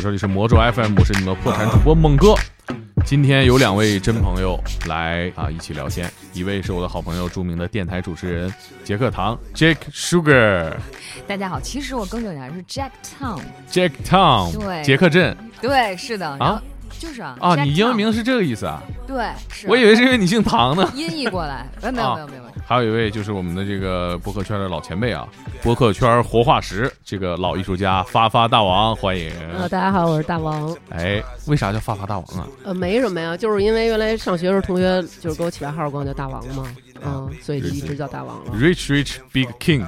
这里是魔咒 FM，我是你们的破产主播猛哥。今天有两位真朋友来啊，一起聊天。一位是我的好朋友，著名的电台主持人杰克唐 （Jake Sugar）、大家好，其实我更正一下，是 Jack Town。 Jake Tom、对杰克镇对，是的。然后啊就是啊啊！ Jack 你英文 Town 名是这个意思啊？对，是我以为是因为你姓唐呢。音译过 来，哎，没有啊没有没有没有，还有一位就是我们的这个播客圈的老前辈啊，播客圈活化石，这个老艺术家发发大王，欢迎。呃，大家好，我是大王。哎，为啥叫发发大王啊？呃，没什么呀，就是因为原来上学的时候同学就是给我起外号，管我叫大王嘛，啊嗯，所以就一直叫大王 了。 Rich Rich Big King，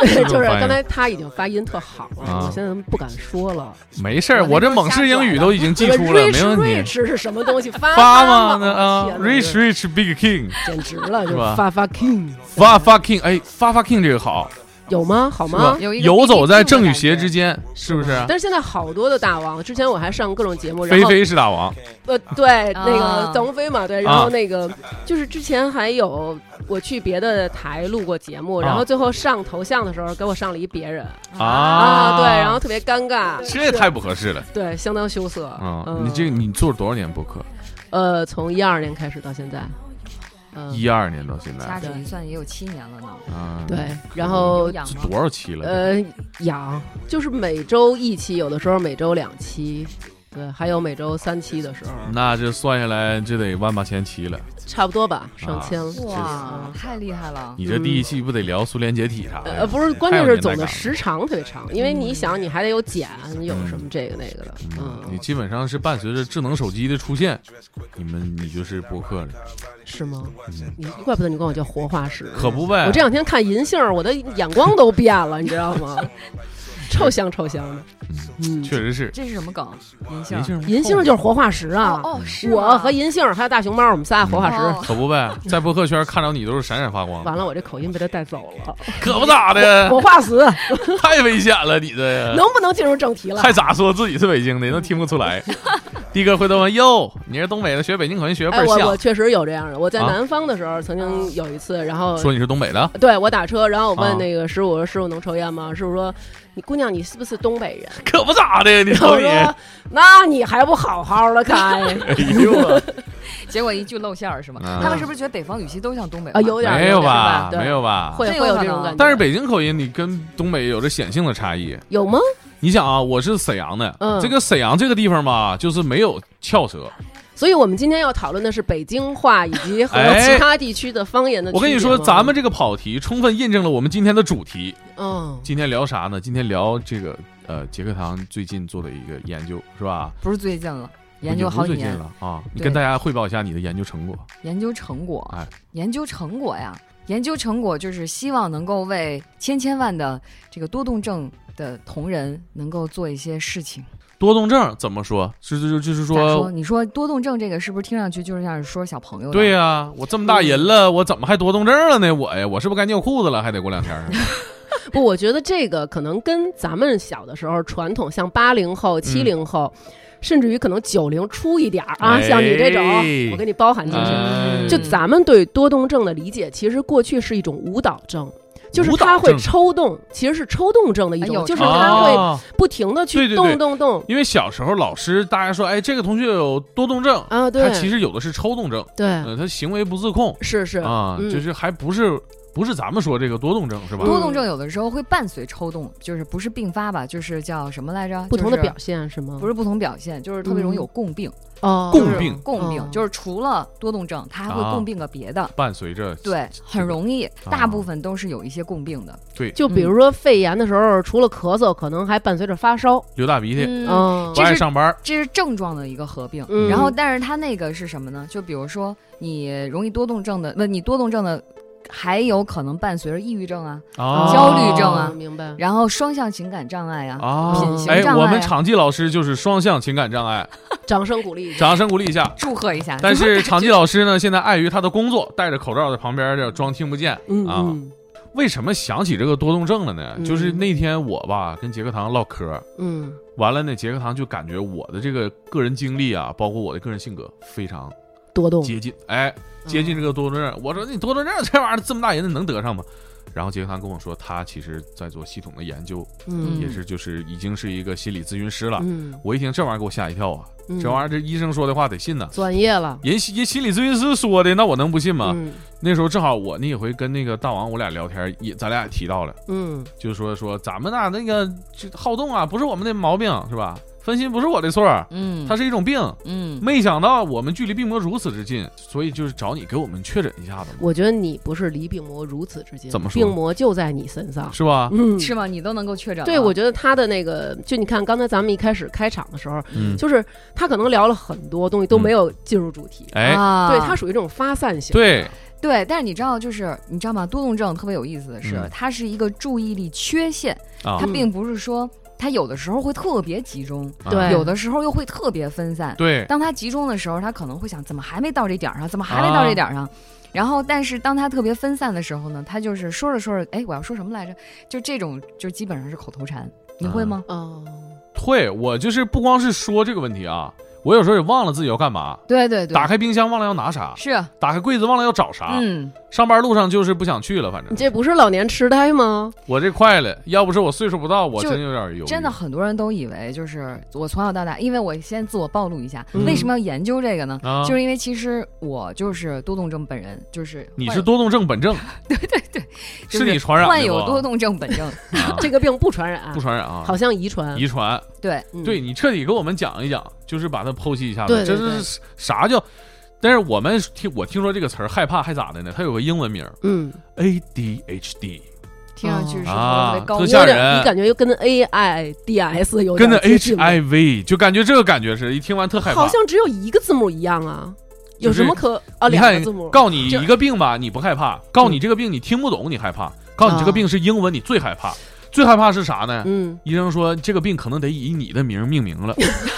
对，这就种是翻译刚才他已经发音特好啊了，我现在不敢说了。没事儿，我这猛士英语都已经记这个出了，没 rich 问题。 rich 是什么东西？发发吗？吗？那啊天哪，Rich Rich Big King，简直了，就是吧发发 king 发发 King，哎，发发 King 这个好，有吗？好是吧吗？？有一个游走在 BBQ 正的与感邪觉之间，是不是？但是现在好多的大王，之前我还上各种节目，然菲后菲是大王，呃，对，啊那个邓鸿飞嘛，对，然啊后那个、就是之前还有我去别的台录过节目，啊然后最后上头像的时候给我上了一别人啊对，然后特别尴尬，这也太不合适了对，相当羞涩。啊！嗯你这个你做了多少年播客？呃，从一二年开始到现在，嗯、一二年到现在掐指一算也有七年了呢。啊，对，然后有养这吗？多少期了？呃养就是每周一期，有的时候每周两期。对，还有每周三期的时候，那这算下来，这得万八千期了。差不多吧，上千了。啊哇，太厉害了！你这第一期不得聊苏联解体啥嗯呃，的？不是，关太有键年是代总感的了时长特别长，因为你想，你还得有剪，有嗯什么这个那个的，你嗯，基本上是伴随着智能手机的出现，你们你就是播客了，是吗？你怪不得你管我叫活化石，嗯可不呗？我这两天看银杏儿，我的眼光都变了，你知道吗？ 臭香臭香的，嗯，确实是这是什么梗？银杏银儿。杏儿银杏儿就是活化石啊，哦哦是吗我和银杏儿还有大熊猫，我们仨活化石。哦可不 呗，在播客圈看到你都是闪闪发光的，完了，我这口音被他带走了， 可不咋的，活化石，太危险了，你这能不能进入正题了？哎还咋说自己是北京的，能听不出 来？的哥回头问哟，你是东北的，学北京口音学倍哎，儿我我像，确实有这样的，我在啊南方的时候曾经有一次，然后说你是东北的，对我打车，然后我啊问那个师傅，我说师傅能抽烟吗？师傅说，你姑娘你是不是东北人？可不咋的， 你然后瞅我你，说，那你还不好好的 开哎呦我，结果一句露馅儿是吗？啊他们是不是觉得北方语系都像东北啊？话有点儿没有点儿吧，对没有吧， 会这有会有可这种能感觉，但是北京口音你跟东北有着显性的差异。有吗？你想啊，我是沈阳的，嗯这个沈阳这个地方吧，就是没有翘舌。所以我们今天要讨论的是北京话以及和哎其他地区的方言的区我别吗。跟你说，咱们这个跑题充分印证了我们今天的主题。嗯，今天聊啥呢？今天聊这个呃，杰克堂最近做的一个研究，是吧？不是最近了，研究不是好几最近年，了啊！你对跟大家汇报一下你的研究成果。研究成果，哎研究成果呀，研究成果就是希望能够为千千万的这个多动症的同仁能够做一些事情。多动症怎么说？是就就就是咋说说，，你说多动症这个是不是听上去就是像是说小朋友？对、呀、我这么大人嗯了，我怎么还多动症了呢？我呀，我是不是该尿裤子了？还得过 两天儿。啊不，我觉得这个可能跟咱们小的时候传统，像八零嗯后、七零后，甚至于可能九零初一点儿啊，哎像你这种，我给你包含进去。哎就咱们对多动症的理解，其实过去是一种舞蹈症，就是舞蹈它会症抽动，其实是抽动症的一哎种，呦就是这个它会啊不停对的去对对动动动因为小时候老师大家说，哎，这个同学有多动症，嗯他啊，对其实有的是抽动症，对，呃，他行为不自控是是，啊，嗯就是还不是不是咱们说这个多动症是吧？多动症有的时候会伴随抽动，就是不是并发吧，就是叫什么来着？不同就的是表嗯现是吗？不是不同表现，就是特别容易有共病。哦，共病就是共病、哦就是除了多动症，它还会啊共病个别的。伴随着对，很容易，啊大部分都是有一些共病的。就嗯比如说肺炎的时候，除了咳嗽，可能还伴随着发烧。流大鼻涕，嗯，嗯不这爱是上班，这是症状的一个合并。嗯然后，但是它那个是什么呢？就比如说你容易多动症的，不，你多动症的还有可能伴随着抑郁症啊，啊哦焦虑症啊明白。然后双向情感障碍啊，啊品行！障哎碍啊、，我们场记老师就是双向情感障碍，掌声鼓励一下。掌声鼓励一下。祝贺一下。但 是场记老师呢，现在碍于他的工作，戴着口罩在旁边这装听不见嗯啊。嗯为什么想起这个多动症了呢？嗯就是那天我吧跟杰克堂唠嗑，嗯，完了呢，杰克堂就感觉我的这个个人经历啊，包括我的个人性格非常多动嗯接近，哎，接近这个多动症。我说你多动症这玩意儿这么大人能得上吗？然后杰克他跟我说，他其实在做系统的研究，嗯也是就是已经是一个心理咨询师了。嗯，我一听这玩意儿给我吓一跳啊！嗯这玩意儿这医生说的话得信呐、专业了人心人心理咨询师说的，那我能不信吗？嗯那时候正好我那回跟那个大王我俩聊天，也咱俩也提到了，嗯就是说说咱们呐那个这好动啊，不是我们的毛病是吧？分心不是我的错儿，嗯，它是一种病。嗯没想到我们距离病魔如此之近，所以就是找你给我们确诊一下子嘛，我觉得你不是离病魔如此之近，怎么说病魔就在你身上。是啊吧？嗯，是吗？你都能够确诊了？对，我觉得他的那个，就你看刚才咱们一开始开场的时候，嗯就是他可能聊了很多东西都没有进入主题，哎，啊，对他属于这种发散型。对，对，但是你知道，就是你知道吗？多动症特别有意思的是，嗯它是一个注意力缺陷，啊它嗯并不是说它有的时候会特别集中，啊对有的时候又会特别分散。对，当它集中的时候，它可能会想，怎么还没到这点儿上？怎么啊还没到这点儿上？然后，但是当它特别分散的时候呢，它就是说着说着，哎，我要说什么来着？就这种，就基本上是口头禅。你会嗯吗？哦，会，我就是不光是说这个问题啊，我有时候也忘了自己要干嘛，对对对，打开冰箱忘了要拿啥，是，啊打开柜子忘了要找啥，嗯，上班路上就是不想去了，反你正这不是老年痴呆吗？我这快了，要不是我岁数不到，我就真有点犹豫。真的很多人都以为就是我从小到大，因为我先自我暴露一下，嗯为什么要研究这个呢？啊，就是因为其实我就是多动症本人，就是你患是有多动症 本症，就是你传染的患有不多动症 本症，啊这个病不传染不，传染啊好，像遗传。遗传。对，嗯对，你彻底给我们讲一讲，就是把它剖析一下子，对对这对是啥叫？但是我们听我听说这个词儿害怕还咋的呢？它有个英文名儿嗯， ADHD，听上去是啊特别高特温吓有人点，你感觉又跟 A I D S 有点跟着接近 HIV，就感觉这个感觉是一听完特害怕。好像只有一个字母一样啊，有就是什么可啊你两个看字母？告你就一个病吧，你不害怕；告你这个病你听不懂，你害嗯怕；告你这个病是英文，你最害怕。最害怕是啥呢？嗯，医生说这个病可能得以你的名儿命名 了，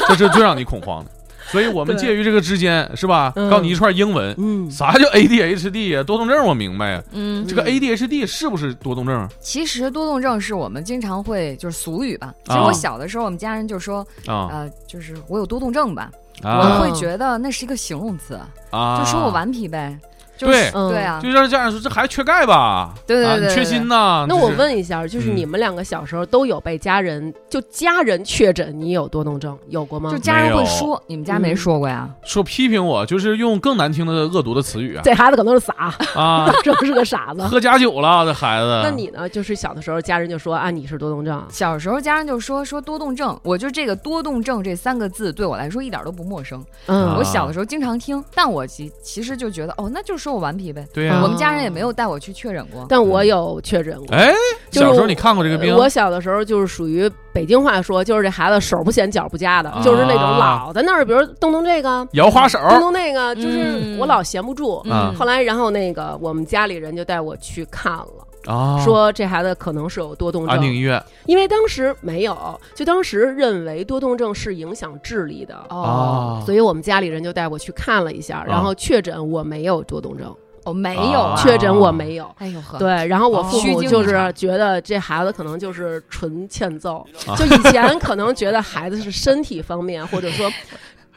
这是最让你恐慌的。所以我们对介于这个之间，是吧？嗯告你一串英文，嗯啥叫 ADHD 呀？多动症我明白呀。嗯，这个嗯 ADHD 是不是多动症其实多动症是我们经常会就是俗语吧。其实啊我小的时候，我们家人就说，啊？呃，就是我有多动症吧，啊我会觉得那是一个形容词，啊！就说我顽皮呗。就对是嗯对啊就，让家长说这孩子缺钙吧？对对啊对你缺对锌呐。那这我是，问一下，就是嗯你们两个小时候都有被家人就家人确诊你有多动症有过吗就？家人没会有嗯说，你们家没说过呀？说批评我就是用更难听的恶毒的词 语啊 这孩子可能是傻，啊！这不是个傻子。喝假酒了，这孩子。那你呢？就是小的时候，家人就说啊，你是多动症，小时候家人就说说多动症，我就这个多动症这三个字对我来说一点都不陌生。啊我嗯，小的时候经常听，但我其其实就觉得，哦，那就说我顽皮呗。对呀、啊我们家人也没有带我去确诊过。嗯但我有确诊过。嗯哎，就是小时候你看过这个病？我小的时候就是属于北京话说，就是这孩子手不闲脚不夹的，啊哦就是那种老在那儿，比如动动这个，摇花手动动那个，就是嗯我老闲不住。啊嗯后来，然后那个我们家里人就带我去看了，啊，嗯说这孩子可能是有多动安定症，医院因为当时没有，就当时认为多动症是影响智力的，哦，啊所以我们家里人就带我去看了一下，然后确诊我没有多动症，哦，没有啊啊。确诊我没有。哎呦呵，对，然后我父虚母惊就一是场觉得这孩子可能就是纯欠揍啊，就以前可能觉得孩子是身体方面，或者说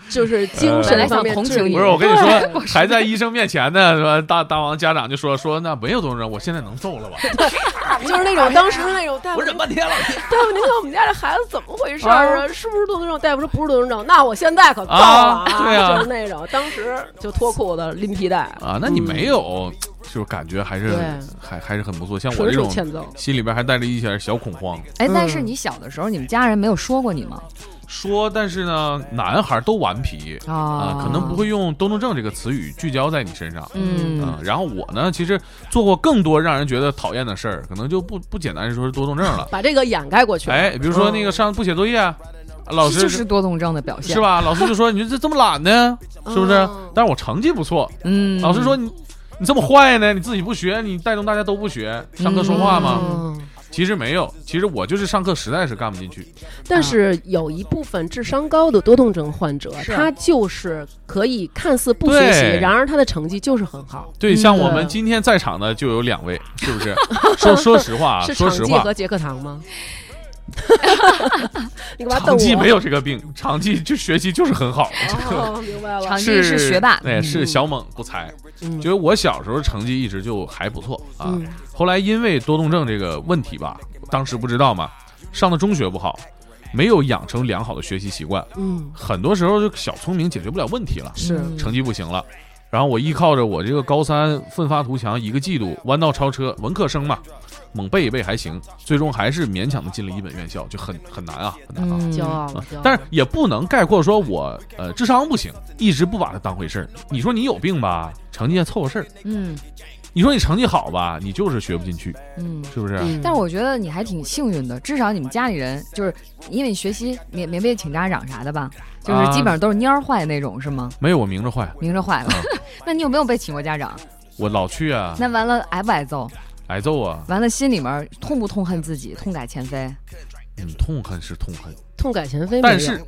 就是精本神来方面呃想同智情力你不是我跟你对 说，还在医生面前呢，说 大大王家长就说说那没有多动症，我现在能揍了 吧？就是那种当时 那种大夫我，忍半天了 大夫，您看我们家这孩子怎么回事儿啊？是不是多动症？大夫说不是多动症，那我现在可够了啊对啊就是那种当时就脱裤子拎皮带，啊，那你没有，就是感觉还是对还还是很不错，像我纯这属种。欠揍。心里边还带着一些小恐慌，哎，但是嗯你小的时候，你们家人没有说过你吗？说但是呢，男孩都顽皮啊、可能不。会用多动症这个词语聚焦在你身上。嗯啊，然后我呢，其实做过更多让人觉得讨厌的事儿，可能就不不简单是说是多动症了。把这个掩盖过 去。哎，比如说那个上不写作业，啊老这师就是多动症的表现，是？吧？老师就说你这这么懒呢，是不是嗯？但是我成绩不错，嗯，老师说你你这么坏呢，你自己不学，你带动大家都不学，上课说话吗？嗯其实没有，其实我就是上课实在是干不进去。但是有一部分智商高的多动症患者，是他就是可以看似不学习对，然而他的成绩就是很好。对，像我们嗯今天在场的就有两位，是不是？说说实话啊， 是说场实记话和杰克糖吗？ 你干嘛长瞪期我？没有这个病，长期就学习就是很好。啊哦，明白了长。期是学霸对，是嗯小猛不才。嗯觉得我小时候成绩一直就还不错啊，嗯后来因为多动症这个问题吧，当时不知道嘛，上的中学不好，没有养成良好的学习习惯，嗯，很多时候就小聪明解决不了问题了，是嗯成绩不行了。然后我依靠着我这个高三奋发图强，一个季度弯道超车，文科生嘛，猛背一背还行，最终还是勉强的进了一本院校，就很很难啊，很难啊。嗯骄傲啊了，骄傲了。但是也不能概括说我呃智商不行，一直不把它当回事儿。你说你有病吧，成绩也凑合事儿；嗯你说你成绩好吧，你就是学不进去，嗯。是不是？嗯，但是我觉得你还挺幸运的，至少你们家里人就是因为你学习没没被请家长啥的吧，啊就是基本上都是蔫儿坏那种，是吗？没有我明着坏，明着坏了，嗯 那你有没有被请过家长？我老去啊，那完了挨不挨揍？挨揍啊，完了心里面痛不痛恨自己，痛改前非？嗯，痛恨是痛恨，痛改前非没有，但是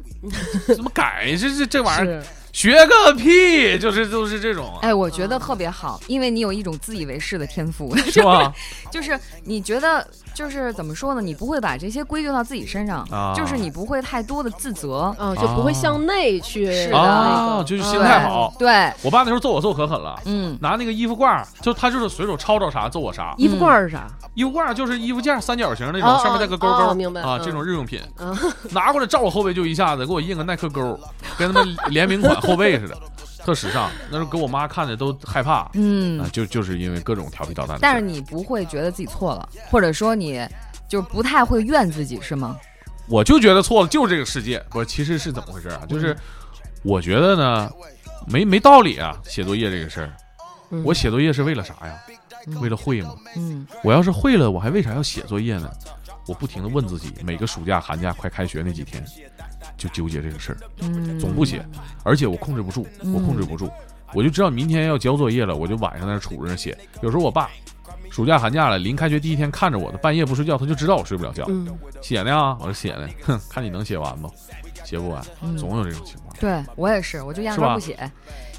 怎么改？这这这玩意儿是学个屁，就是就是这 种，啊哎，我觉得特别好，因为你有一种自以为是的天赋， 是吧？ 就是你觉得就是怎么说呢？你不会把这些归咎到自己身上，啊 就是你不会太多的自责。嗯，就不会向内去啊是的啊，那哎就是个嗯心态好。对，我爸那时候揍我揍可狠了。嗯，拿那个衣服挂儿，就他就是随手抄着啥揍我啥。衣服罐儿是啥？衣服挂儿就是衣服架儿三角嗯形那哦种，上面带个勾哦勾，哦明白啊，嗯这种日用品嗯，拿过来照我后背就一下子给我印个耐克勾，跟他们联名款后背似的，特时尚。那时候给我妈看着都害怕啊，嗯，就就是因为各种调皮捣蛋的事儿。但是你不会觉得自己错了，或者说你就不太会怨自己，是吗？我就觉得错了，就是这个世界。不是，其实是怎么回事啊？就是我觉得呢，没没道理啊，写作业这个事儿。嗯我写作业是为了啥呀？为了会吗？嗯我要是会了，我还为啥要写作业呢？我不停的问自己，每个暑假、寒假快开学那几天，就纠结这个事儿，嗯，总不写，而且我控制不住，我控制不住，我就知道明天要交作业了，我就晚上在那杵着那写。有时候我爸暑假、寒假了，临开学第一天看着我的，半夜不睡觉，他就知道我睡不了觉，嗯，写呢啊，我说写呢，哼，看你能写完不？写不完，嗯总有这种情况，对我也是，我就压是根儿吧不写，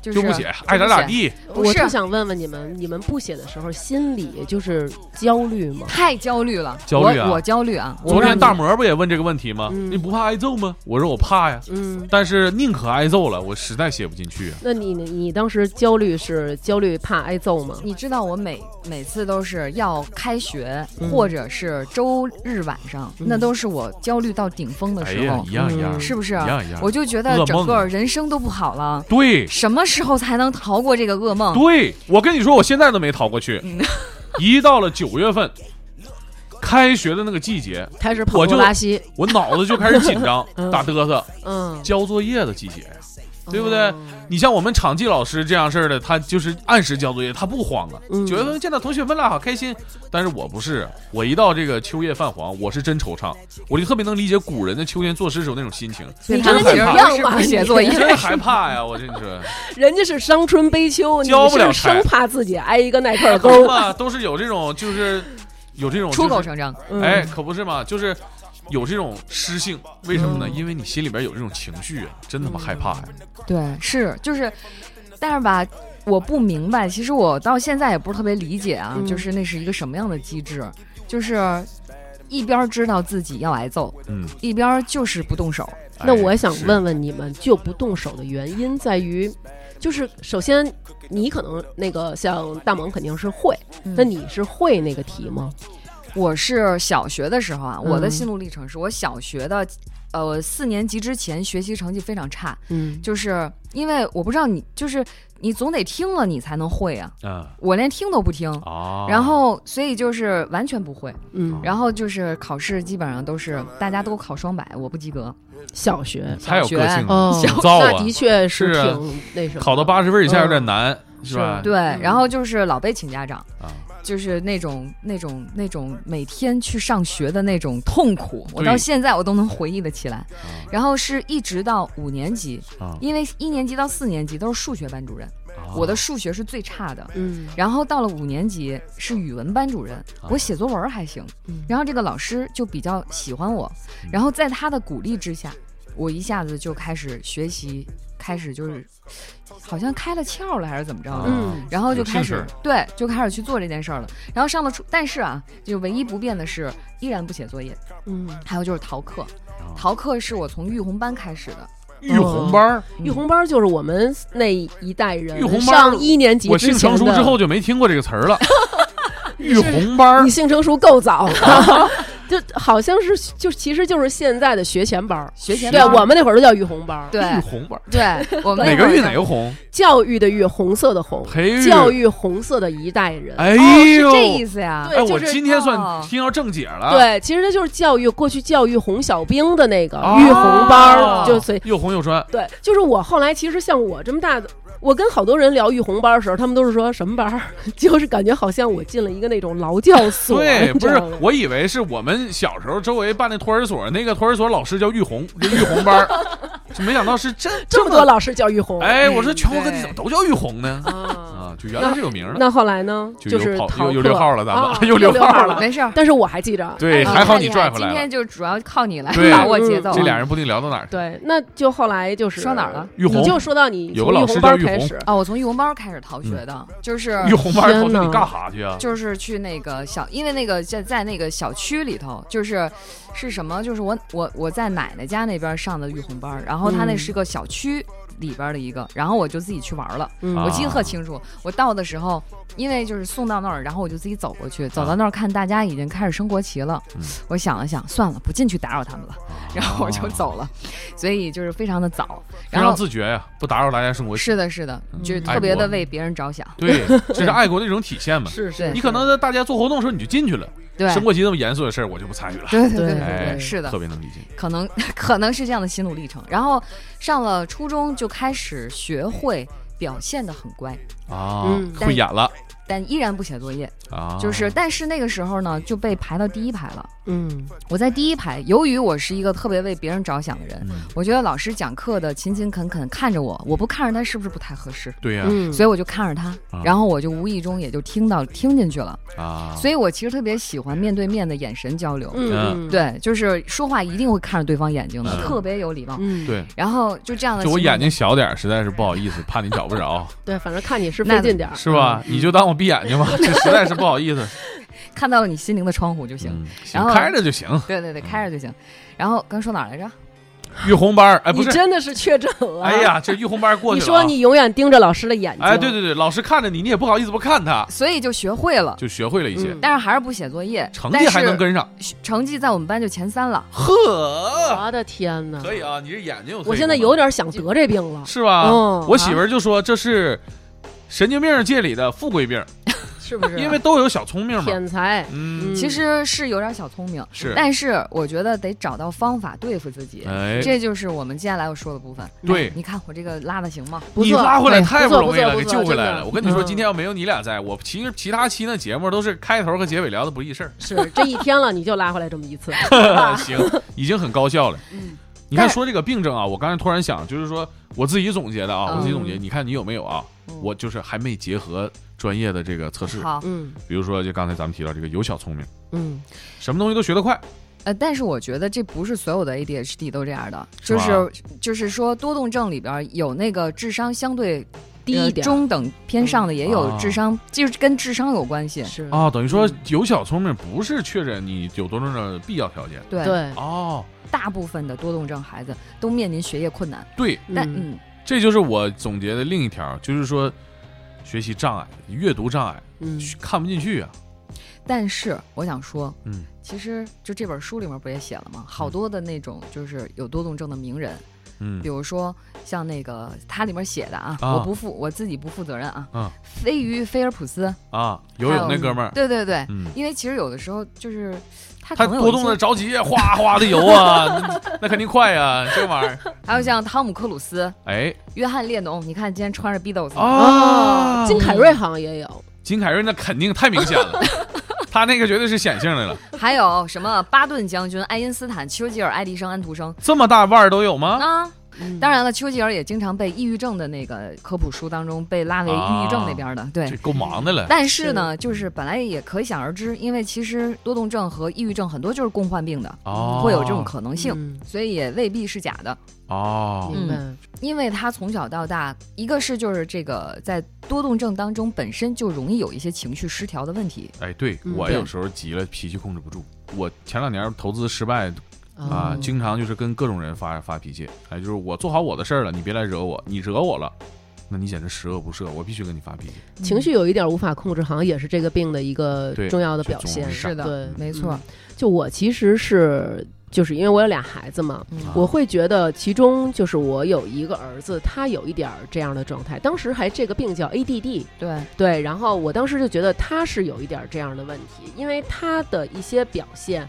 就就是不写，爱咋咋地。不我是就想问问你们，你们不写的时候心里就是焦虑吗？太焦虑了，焦虑啊我我焦虑啊，我昨天让你大魔不也问这个问题吗？嗯你不怕挨揍吗？我说我怕呀，嗯，但是宁可挨揍了，我实在写不进去啊。那你呢你当时焦虑是焦虑怕挨揍吗？你知道我每每次都是要开学，或者是周日晚上，那都是我焦虑到顶峰的嗯哎时呀候，，一样一样，嗯是不是一样一样。我就觉噩得梦整啊个人生都不好了，对什么时候才能逃过这个噩梦？对，我跟你说，我现在都没逃过去嗯。 一到了九月份，开学的那个季节，开始跑我就步拉稀，我脑子就开始紧张嗯，打嘚瑟。嗯，交作业的季节呀，对不对嗯你像我们场记老师这样事儿的，他就是按时交作业，他不慌啊。嗯九月份见到同学们了，好开心。但是我不是，我一到这个秋叶泛黄，我是真惆怅，我就特别能理解古人在秋天作诗时候那种心情，你真跟的其实害怕不是不写 作业你，真害怕呀！我跟你说，人家是伤春悲秋，你交不了哎是差生怕自己挨一个耐克 儿都勾。嘛都是有这种，就是有这种出口就是成章。嗯哎，，可不是嘛，就是。有这种诗性，为什么呢？嗯因为你心里边有这种情绪啊，真他妈害怕呀！对，是就是，但是吧，我不明白，其实我到现在也不是特别理解啊，嗯就是那是一个什么样的机制，就是一边知道自己要挨揍，嗯，一边就是不动手。那哎我想是问问你们，就不动手的原因在于，就是首先你可能那个像大萌肯定是会，那嗯你是会那个题吗？我是小学的时候啊，我的嗯心路历程是我小学的，呃，四年级之前学习成绩非常差，嗯，就是因为我不知道你，就是你总得听了你才能会啊，嗯我连听都不听，啊，然后所以就是完全不会，哦嗯，然后就是考试基本上都是大家都考双百，我不及格，小学太有小学个性了，哦挺造那啊的，确是是啊挺那什么，考到八十分以下有点难，是吧？对，然后就是老被请家长，嗯啊，就是那种那种那种每天去上学的那种痛苦，我对到现在我都能回忆得起来啊。然后是一直到五年级，啊因为一年级到四年级都是数学班主任，我的数学是最差的。嗯然后到了五年级是语文班主任，啊我写作文儿还行嗯，然后这个老师就比嗯较喜欢我，然后在他的鼓励之下，我一下子就开始学习开始就是好像开了窍了还是怎么着啊的，嗯然后就有开兴始趣对，就开始去做这件事儿了。然后上了初，但是啊，就唯一不变的是，依然不写作业，嗯，还有就是逃课啊。逃课是我从育红班开始的，嗯育红班儿，育红班就是我们那一代人育红班上一年级我之性前成的。熟之后就没听过这个词儿了。育红班儿你，性成熟 够早，就好像是就其实就是现在的学前班儿，学前对班儿我们那会儿都叫育红班儿，对育红班儿， 对，我们哪个那会儿育就哪个红？教育的育，红色的红，培育。教育红色的一代人。哎哦是呦，这意思呀？对哎，就我是今天算哦听到正解了。对，其实这就是教育过去教育红小兵的那个哦，育红班儿，就所以又红又专，对，就是我后来其实像我这么大的，我跟好多人聊育红班儿的时候，他们都是说什么班儿， 就是感觉好像我进了一个那种劳教所，对，你不知是道吗，我以为是我们小时候周围办那托儿所，那个托儿所老师叫玉红，这玉红班儿，就没想到是 这这么多老。老师教育红，哎，嗯我说全国各地怎么都叫玉红呢？啊，啊，就原来是有名的，那后来呢？就就是又跑逃又又课溜号了咱们 啊又溜溜号号了没事儿，但是我还记着，对，哎还好你太厉害拽回来今了天。就主要靠你来对嗯把握节奏这啊。俩人不定聊到哪儿去。对，那就后来就是说哪儿了？玉红你就说到你有个从老育师红叫班玉红开始，哦，我从育红班儿开始逃学嗯的，就是 玉红班儿头天哪你干啥去啊？ 就是去那个小，因为那个在在那个小区里头，就是是什么？就是我我我在奶奶家那边上的育红班儿，然后他那嗯是个小区里边的一个，然后我就自己去玩儿了。嗯我记啊得特清楚，我到的时候，因为就是送到那儿，然后我就自己走过去，走到那儿看大家已经开始升国旗了，嗯我想了想，算了，不进去打扰他们了，然后我就走了，所以就是非常的早，啊哦非然常后自觉呀，不打扰大家生活。是的，是的，就是爱特别的国为别人着想， 对，这是爱国的一种体现 嘛。是对你可能在大家做活动的时候你就进去了，对，升国旗这么严肃的事儿我就不参与了。 对对对对对哎对，是的特，别能理解。可能 可能是这样的心路历程。然后上了初中就开始学会表现的很乖，啊，嗯会演了但依然不写作业。啊，就是，但是那个时候呢，就被排到第一排了。嗯我在第一排，由于我是一个特别为别人着想的人，嗯我觉得老师讲课的勤勤恳恳看着我，我不看着他是不是不太合适？对呀嗯，所以我就看着他啊，然后我就无意中也就听到听进去了。啊，所以我其实特别喜欢面对面的眼神交流，嗯嗯，对，就是说话一定会看着对方眼睛的，嗯特别有礼貌。嗯对，然后就这样的就情况下，我眼睛小点儿，实在是不好意思，怕你找不着，对，反正看你是那费劲点儿，是吧？你就当我闭眼睛吧，这实在是不好意思。看到了你心灵的窗户就行。嗯，行，然后开着就行。对对对，开着就行。然后刚说哪儿来着？育红班儿，哎，不你是，真的是确诊了。哎，呀，这育红班儿过你去了啊。说你永远盯着老师的眼睛，哎，对对对，老师看着你，你也不好意思不看他，所以就学会了，就学会了一些嗯，但是还是不写作业，成但绩是还能跟上。成绩在我们班就前三了。呵，我的天哪！可以啊，你这眼睛有退步吗。嗯我现在有点想得这病了，是吧？嗯我媳妇儿就说这是神经病界里的富贵病， 是不是？啊因为都有小聪明嘛。 天才，嗯，其实是有点小聪明，是。但是我觉得得找到方法对付自己。哎，嗯这就是我们接下来要说的部分。对哎你看我这个拉的行吗？不你错拉回来哎太不不容错易错了，给不错救回真来的了。我跟你说，嗯今天要没有你俩在，我其实其他期的节目都是开头和结尾聊的不是一事儿。嗯是这一天了，你就拉回来这 么一次，行，已经很高效了。啊 嗯你看，但说这个病症啊，我刚才突然想，就是说我自己总结的啊，我自己总结，嗯你看你有没有啊？我就是还没结合专业的这个测试，好，嗯比如说就刚才咱们提到这个有小聪明，嗯，什么东西都学得快，呃，但是我觉得这不是所有的 ADHD 都这样的，是就吧是就是说多动症里边有那个智商相对低呃一点中等偏上的也有啊智商，就是跟智商有关系。是啊，等于说嗯有小聪明不是确诊你有多动症的必要条件对，对，哦。大部分的多动症孩子都面临学业困难，对，但嗯嗯，这就是我总结的另一条，就是说学习障碍、阅读障碍嗯看不进去啊。但是我想说，嗯，其实就这本书里面不也写了吗？好多的那种就是有多动症的名人，嗯比，如说像那个它里面写的啊，啊我不负我自己不负责任啊，啊飞鱼菲尔普斯，啊，游泳那哥们儿，对对对，嗯，因为其实有的时候就是他他可能多有一动些的着急，哗哗的游啊，那那肯定快呀，这玩意儿。还有像汤姆克鲁斯、哎约翰列侬，你看今天穿着 Beatles，、啊，哦金凯瑞好像也有，金凯瑞那肯定太明显 了，他那个绝对是显性的了，还有什么巴顿将军、爱因斯坦、丘吉尔、爱迪生、安徒生这么大腕儿都有吗？啊，嗯当然了，丘吉尔也经常被抑郁症的那个科普书当中被拉为抑郁症那边的，对啊这。够忙的了。但是呢，就是本来也可想而知，因为其实多动症和抑郁症很多就是共患病的，哦，会有这种可能性，嗯所以也未必是假的。哦，嗯明白，因为他从小到大，一个是就是这个在多动症当中本身就容易有一些情绪失调的问题，哎，对嗯我对有时候急了，脾气控制不住。我前两年投资失败啊哦，经常就是跟各种人发发脾气，哎，就是我做好我的事儿了，你别来惹我，你惹我了，那你简直十恶不赦，我必须跟你发脾气。情嗯绪有一点无法控制，好像也是这个病的一个对重要的这表种现。是的对，嗯嗯没错，就我其实是就是因为我有俩孩子嘛，嗯我会觉得其中就是我有一个儿子，他有一点儿这样的状态。当时还这个病叫 ADD，对，对，然后我当时就觉得他是有一点儿这样的问题，因为他的一些表现。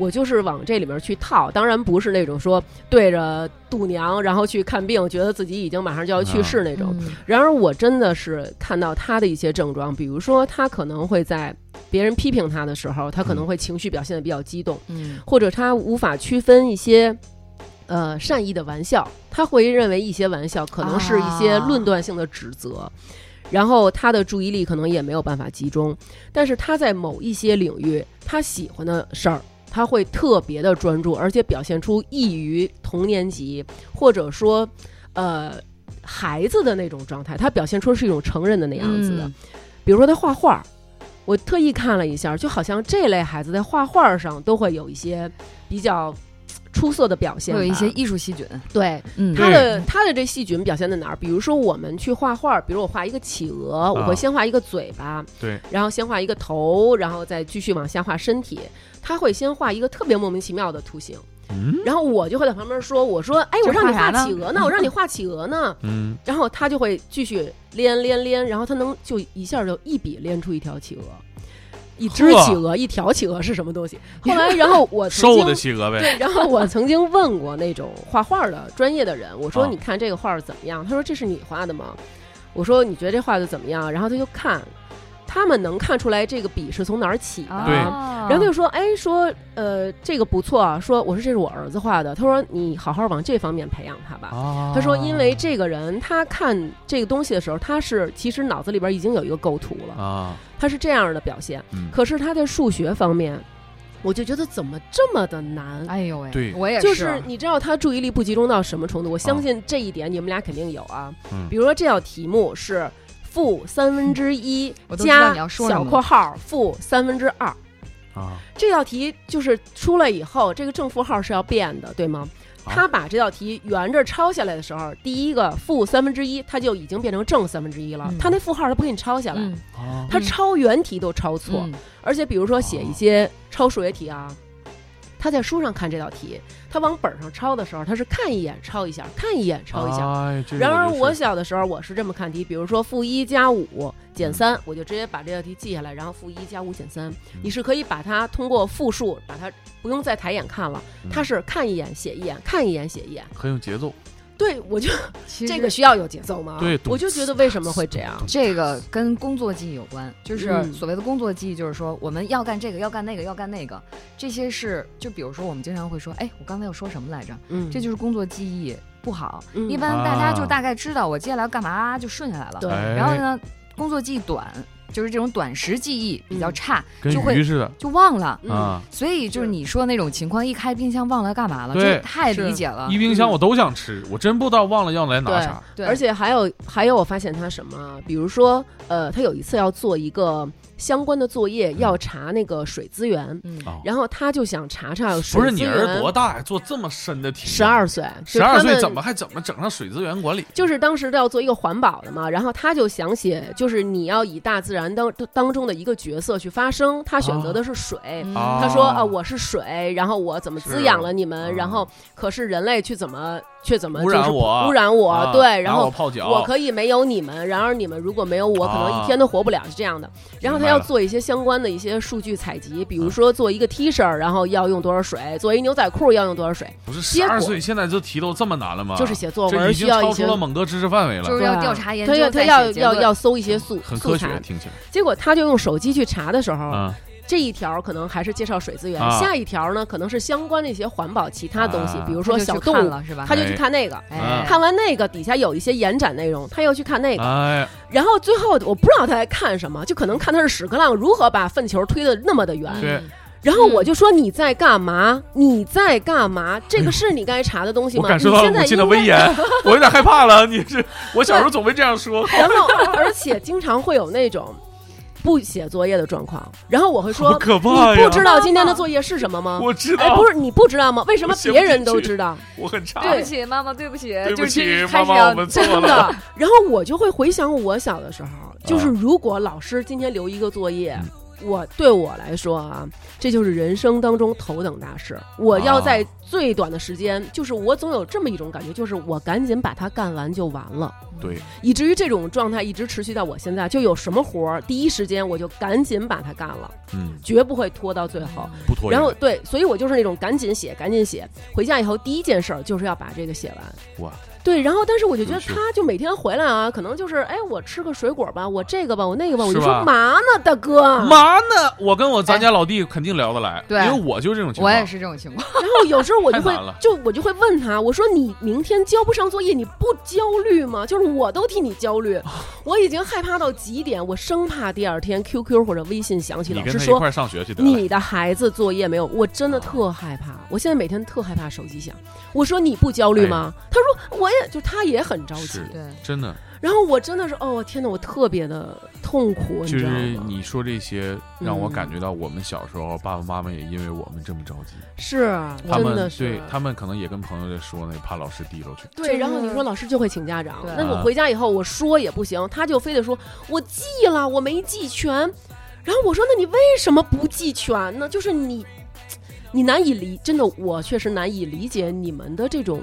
我就是往这里面去套，当然不是那种说对着度娘然后去看病，觉得自己已经马上就要去世那种，嗯然而，我真的是看到他的一些症状，比如说他可能会在别人批评他的时候，他可能会情绪表现的比较激动，嗯或者他无法区分一些。呃，善意的玩笑，他会认为一些玩笑可能是一些啊论断性的指责，然后他的注意力可能也没有办法集中。但是他在某一些领域，他喜欢的事儿，他会特别的专注，而且表现出异于同年级或者说呃孩子的那种状态，他表现出是一种成人的那样子的。嗯比如说他画画，我特意看了一下，就好像这类孩子在画画上都会有一些比较出色的表现会吧，有一些艺术细菌，哎对嗯，他的他的这细菌表现在哪儿？比如说我们去画画，比如我画一个企鹅，我会先画一个嘴巴，对，然后先画一个头，然后再继续往下画身体，他会先画一个特别莫名其妙的图形。嗯然后我就会在旁边说：“我说，哎，这我让你画啥画呢企鹅呢，我让你画企鹅呢。”嗯，然后他就会继续连连连，然后他能就一下就一笔连出一条企鹅，一只呵企鹅，一条企鹅是什么 东西？后来，然后我曾瘦经的企鹅呗，对， 然后我曾经问过那种画画的专业的人，我说啊你看这个画儿怎么样？他说这是你画的吗？我说你觉得这画的怎么样？然后他就看，他们能看出来这个笔是从哪儿起的。对然然后他就说：“哎，说呃，这个不错啊。说我说这是我儿子画的。他说你好好往这方面培养他吧。啊他说，因哦为这个人他看这个东西的时候，他是其实脑子里边已经有一个构图了，啊，他是这样的表现。嗯，可是他在数学方面，我就觉得怎么这么的难？哎呦喂，对我也啊就是你知道他注意力不集中到什么程度？我相信这一点你们俩肯定有啊。嗯比如说这道题目是负三分之一我都知道加你要说什么小括号负三分之二。啊，这道题就是出来以后，这个正负号是要变的，对吗？啊他把这道题原着抄下来的时候，第一个负三分之一，它就已经变成正三分之一了嗯。他那负号他不给你抄下来，嗯啊他抄原题都抄错。嗯而且比如说写一些抄数学题啊，他在书上看这道题，他往本上抄的时候，他是看一眼抄一下，看一眼抄一下。哎这个然而就是我小的时候我是这么看题，比如说负一加五减三，我就直接把这道题记下来，然后负一加五减三，你是可以把它通过复述，把它不用再抬眼看了，嗯它是看一眼写一眼，看一眼写一眼。很有节奏，对，我就其实这个需要有节奏吗？对我就觉得为什么会这样？嗯这个跟工作记忆有关，就是嗯所谓的工作记忆，就是说我们要干这个，要干那个，要干那个，这些是就比如说我们经常会说，哎，我刚才要说什么来着？嗯，这就是工作记忆不好。嗯一般大家就啊大概知道我接下来要干嘛，就顺下来了。对哎然后呢，工作记忆短，就是这种短时记忆比较嗯差，跟就会鱼似的就忘了。嗯啊，所以就是是你说那种情况，一开冰箱忘了干嘛了，对这太是理解了一。冰箱我都想吃，我真不知道忘了要来拿啊对啥，对，而且还有还有，我发现他什么啊，比如说，呃，他有一次要做一个相关的作业，要查那个水资源，嗯啊然后他就想查查水不是资你源。儿子多大呀？做这么深的题？十二，岁，十二岁怎么？么还怎么整上水资源管理？就是当时都要做一个环保的嘛，然后他就想写，就是你要以大自然当当中的一个角色去发声，他选择的是水。嗯啊他说啊，我是水，然后我怎么滋养了你是们，啊然后可是人类却怎么却怎么污染就是我污染我，啊对，然拿后我泡脚，我可以没有你们，然而你们如果没有我，可能啊一天都活不了，是这样的。然后明白他要了嗯做一些相关的一些数据采集，比如说做一个 T 恤，然后要用多少水；做一牛仔裤要用多少水，不是十结果二岁，现在这题都这么难了吗？就是写作啊这文已需经要一超些出。了猛哥知识范围就了，是要对啊调查研究，他要再他要写结要论嗯要搜一些素很素科材嗯学，，听起来结果他就用手机去查的时候，啊这一条可能还是介绍水资源，啊下一条呢可能是相关的一些环保其他东西，啊比如他说就去小看动物，了是吧？他就去看那个。嗯哎，看完那个底下有一些延展内容，他又去看那个，哎，然后最后我不知道他在看什么，就可能看他是屎壳郎如何把粪球推得那么的远。对然后嗯我就说你在干嘛？你在干嘛？这个是你该查的东西我吗？感你受到了现母在亲的应威该。严， 我有点害怕了。你是我小时候总被这样说，然后而且经常会有那种不写作业的状况，然后我会好说。可你怕呀！不知道今天的作业是什么吗？我知哎，道，不是你不知道吗？为什么我写不别人进都去知 道？我很差。对不起，妈妈，对不起，对不就起是，妈开始妈，要我啊们错真的了。。 然后我就会回想我小的时候，就是如果老师今天留一个作业嗯。我对我来说啊，这就是人生当中头等大事。我啊要在最短的时间，就是我总有这么一种感觉，就是我赶紧把它干完就完了，对，以至于这种状态一直持续到我现在。就有什么活儿，第一时间我就赶紧把它干了，嗯，绝不会拖到最后。不拖延。然后对，所以我就是那种赶紧写，赶紧写。回家以后第一件事儿就是要把这个写完。哇！对，然后但是我就觉得真是他就每天回来啊，可能就是哎，我吃个水果吧，我这个吧，我那个吧，我是就吧说嘛呢，大哥。 然嘛呢？我跟我哎咱家老弟肯定聊得来，对因为我就这种情我况。也是这种情况，后有时候我就太会难了就我就会问他，我说你明天交不上作业，你不焦虑吗？就是我都替你焦虑，哦我已经害怕到极点，我生怕第二天 QQ 或者微信响起，你老跟师他一说块儿上学去得了。哦你的孩子作业没有，我真的特害怕。我现在每天特害怕手机响。我说你不焦虑吗？他说我也就他也很着急哎是。对，真的然后我真的是哦天哪，我特别的痛苦，就你知道是吗？你说这些，让我嗯感觉到我们小时候爸爸妈妈也因为我们这么着急。是啊他真们的是对他们可能也跟朋友在说呢，怕老师提溜去。对就是然后你说老师就会请家长对，那啊我回家以后我说也不行，他就非得说我记了，我没记全。然后我说那你为什么不记全呢？就是你，你难以理，真的我确实难以理解你们的这种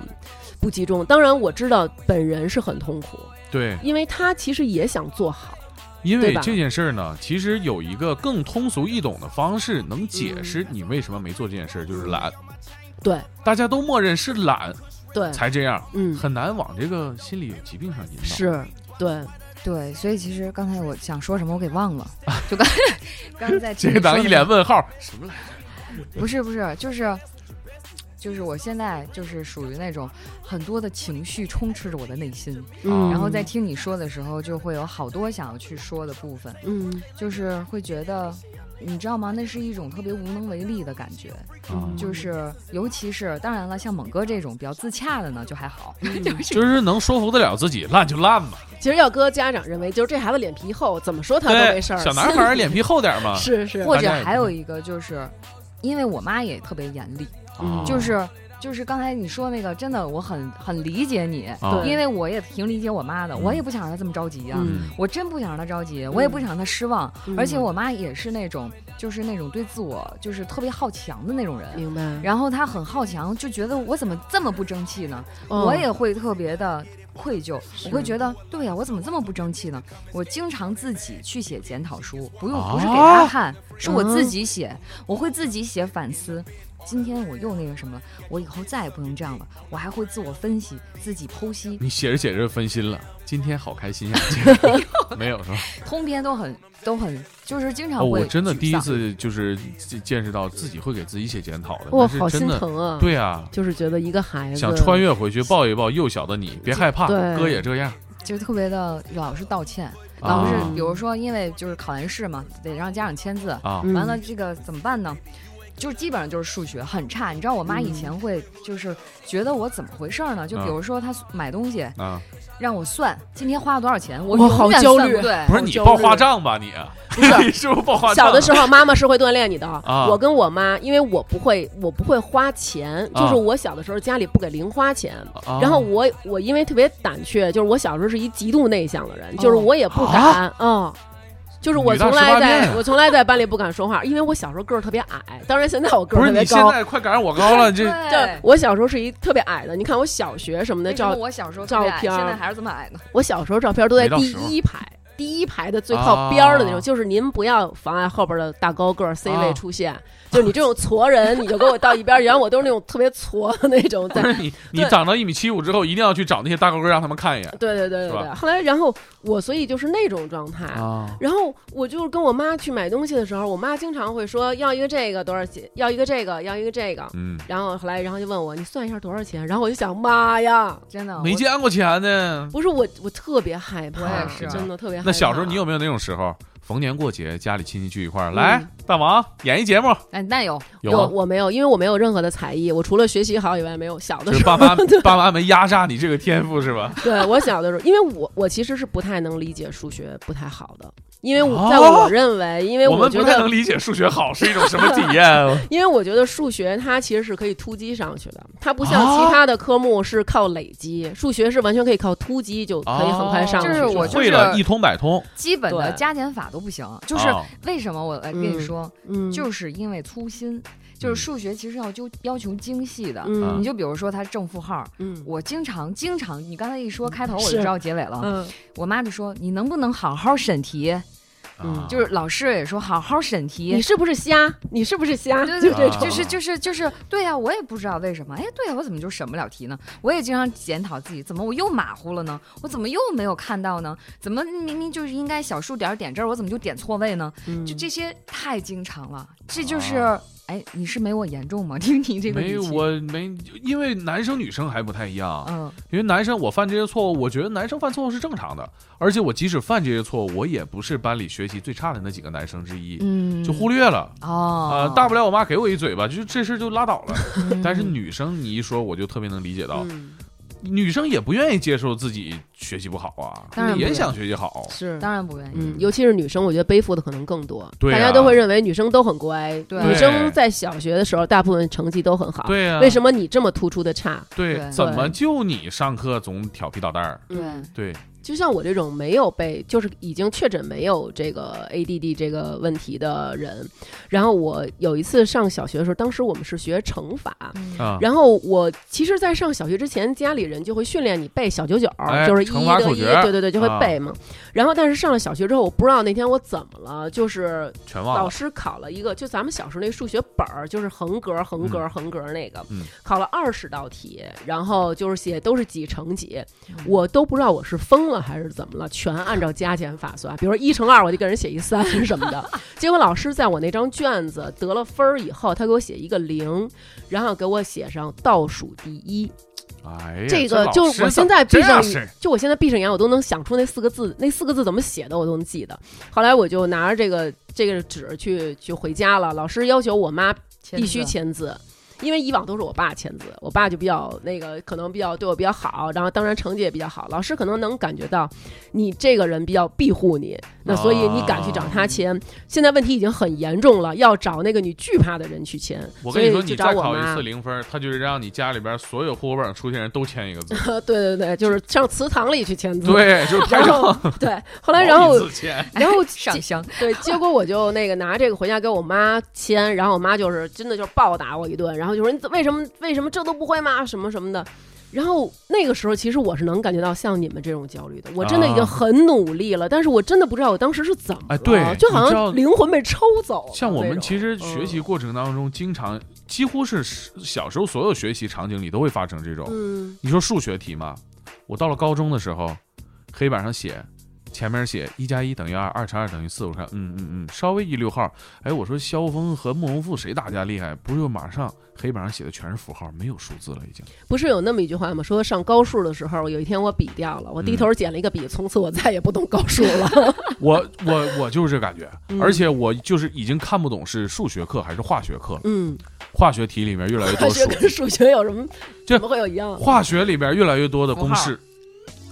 不集中。当然我知道本人是很痛苦，对，因为他其实也想做好，因为嗯对吧这件事儿呢，其实有一个更通俗易懂的方式能解释你为什么没做这件事儿，就是懒。嗯对大家都默认是懒对，才这样，嗯，很难往这个心理疾病上引导。是，对，对，所以其实刚才我想说什么，我给忘了，就刚刚才在听这你个党说一的脸问号，什么来？不是不是，就是就是我现在就是属于那种很多的情绪充斥着我的内心，嗯然后在听你说的时候，就会有好多想要去说的部分，嗯就是会觉得。你知道吗？那是一种特别无能为力的感觉，啊嗯就是尤其是当然了，像猛哥这种比较自洽的 呢，就还好。嗯就是能说服得了自己，烂就烂吧。其实要搁家长认为，就是这孩子脸皮厚，怎么说他都没对，事儿。。小男孩儿啊脸皮厚点儿嘛 是是，或大者家也还不嗯有一个就是，因为我妈也特别严厉，嗯啊哦就是就是刚才你说那个，真的我很很理解你，啊对因为我也挺理解我妈的，我也不想让她这么着急啊。嗯我真不想让她着急，我也不想让她失望，嗯而且我妈也是那种，就是那种对自我就是特别好强的那种人，明白。然后她很好强，就觉得我怎么这么不争气呢？哦我也会特别的愧疚，我会是觉得，对呀、我怎么这么不争气呢？我经常自己去写检讨书，不用，啊不是给他看，是我自嗯己写，我会自己写反思。今天我又那个什么了，我以后再也不能这样了。我还会自我分析，自己剖析，你写着写着分心了，今天好开 心呀！ 没有是吧？通篇都很都很，就是经常哦，啊会沮丧、我真的第一次就是见见识到自己会给自己写检讨的，哇，但好是心真的，疼啊！，对啊，就是觉得一个孩子想穿越回去抱一抱幼小的你，别害怕，对哥也这样。就特别的老是道歉，啊老是比如说因为就是考完试嘛，得让家长签字，啊，嗯完了这个怎么办呢？就基本上就是数学很差，你知道我妈以前嗯会就是觉得我怎么回事儿呢？就比如说她买东西嗯啊，让我算今天花了多少钱，我哇永好远焦算虑不对不。是好你焦报虑花账吧你？啊不 是你是不是报花账？小的时候，妈妈是会锻炼你的。啊我跟我妈，因为我不会，我不会花钱，就是我小的时候家里不给零花钱。啊，然后我我因为特别胆怯，就是我小时候是一极度内向的人，哦就是我也不敢，嗯，就是我啊女大从十八来变在啊我从来在班里不敢说话，因为我小时候个儿特别矮，当然现在我个不儿是特别你现高，在快赶上我高了，这就是对，我小时候是一特别矮的，你看我小学什么的为什么照，我小时候照特别矮片儿现在还是这么矮呢？我小时候照片都在没到第时候一排，第一排的最靠边儿的那种，啊就是您不要妨碍后边的大高个儿 C 啊位出现，就是你这种矬人，你就给我到一边儿去，然后我都是那种特别矬的那 种不在。是你，你对长到一米七五之后，一定要去找那些大高个儿让他们看一眼。对对对对是对，吧后来然后我所以就是那种状态。啊，然后我就是跟我妈去买东西的时候，我妈经常会说要一个这个多少钱，要一个这个，要一个这个。嗯，然后后来，然后就问我你算一下多少钱，然后我就想妈呀，真的，没我见过钱呢。不是我，我特别害怕，我也是真的特别啊害怕。那小时候你有没有那种时候，逢年过节家里亲戚聚一块儿，嗯来大王演一节目，哎，那有有我吗？我没有，因为我没有任何的才艺，我除了学习好以外没有。小的就是时 爸候，妈爸妈没压榨你这个天赋是吧？ 对我小的时候，因为我我其实是不太能理解数学不太好的，因为哦我在我认为，因为我们觉不太得能，理解数学好是一种什么体验啊因为我觉得数学它其实是可以突击上去的，它不像哦其他的科目是靠累积，数学是完全可以靠突击就 可以很哦快上去哦就的。是我就会了一通百通，基本的对哦加减法都不行，就是啊为什么我来跟你说，嗯，就是因为粗心，就是数学其实要就要求精细的。啊嗯，你就比如说它正负号，嗯我经常经常，你刚才一说开头我是就知道结尾了。嗯我妈就说你能不能好好审题，嗯啊就是老师也说好好审你题。是不是瞎？你是不是瞎？对就对对，这种。啊就是就是就是，对呀、我也不知道为什么。哎，对呀、我怎么就审不了题呢？我也经常检讨自己，怎么我又马虎了呢？我怎么又没有看到呢？怎么明明就是应该小数点儿点这儿，我怎么就点错位呢？嗯就这些太经常了，这就是、啊哎，你是没我严重吗？听你这个语没气，我没，因为男生女生还不太一样，嗯，因为男生我犯这些错误，我觉得男生犯错误是正常的，而且我即使犯这些错误，我也不是班里学习最差的那几个男生之一，嗯，就忽略了。哦嗯啊，，大不了我妈给我一嘴巴，就这事儿就拉倒了。嗯但是女生你一说，我就特别能理解到，嗯女生也不愿意接受自己学习不好当啊，然也不想学习好。是当然不愿意，嗯，尤其是女生，我觉得背负的可能更多。对啊大家都会认为女生都很乖，对女生在小学的时候大部分成绩都很好。、对啊，为什么你这么突出的差？对，对怎么就你上课总调皮捣蛋儿？对，对，嗯就像我这种没有被，就是已经确诊没有这个 ADD 这个问题的人，然后我有一次上小学的时候，当时我们是学乘法。嗯啊，然后我其实，在上小学之前，家里人就会训练你背小九九，哎就是一乘法得口一，诀对对对，就会啊背嘛。然后，但是上了小学之后，我不知道那天我怎么了，就是全忘老了。师考了一个，就咱们小时候那数学本儿，就是横格、横格、横格那个，嗯考了二十道题，然后就是写都是几乘几嗯，我都不知道我是疯了还是怎么了，全按照加减法算，比如说一乘二，我就给人写一三什么的。结果老师在我那张卷子得了分儿以后，他给我写一个零，然后给我写上倒数第一。哎呀，这个老就是师我现怎么在闭这上样式，就我现在闭上眼，我都能想出那四个字，那四个字怎么写的，我都能记得。后来我就拿着这个这个纸去去回家了，老师要求我妈必须签签字。因为以往都是我爸签字，我爸就比较那个，可能比较对我比较好，然后当然成绩也比较好，老师可能能感觉到你这个人比较庇护你，那所以你敢去找哦他签。现在问题已经很严重了，要找那个你惧怕的人去签，我所跟你以说，就你找再我考一妈次。零分儿，他就是让你家里边所有户口本上出现人都签一个 字。 对对对，就是上祠堂里去签字。，对，就是拍然照，后 对，后来然后 毛笔字 签，然后上香，对，结果我就那个拿这个回家给我妈签，然后我妈就是真的就是暴打我一顿，然后就说你怎为什么为什么这都不会吗？什么什么的。然后那个时候，其实我是能感觉到像你们这种焦虑的，我真的已啊经很努力了，但是我真的不知道我当时是怎么了，哎对就你好知道像灵魂被抽走了那种。像我们其实学习嗯过程当中，经常几乎是小时候所有学习场景里都会发生这种。嗯，你说数学题嘛，我到了高中的时候，黑板上写，前面写一加一等于二，二乘二等于四。我看，嗯嗯嗯，稍微一溜号。哎，我说萧峰和慕容复谁打架厉害？不是，马上黑板上写的全是符号，没有数字了，已经。不是有那么一句话吗？说上高数的时候，有一天我笔掉了，我嗯低头捡了一个笔，从此我再也不动高数了。 我我我就是这感觉，嗯而且我就是已经看不懂是数学课还是化学课了。嗯，化学题里面越来越化多学数，跟数学有什么就怎么会有一样？啊化学里面越来越多的公式，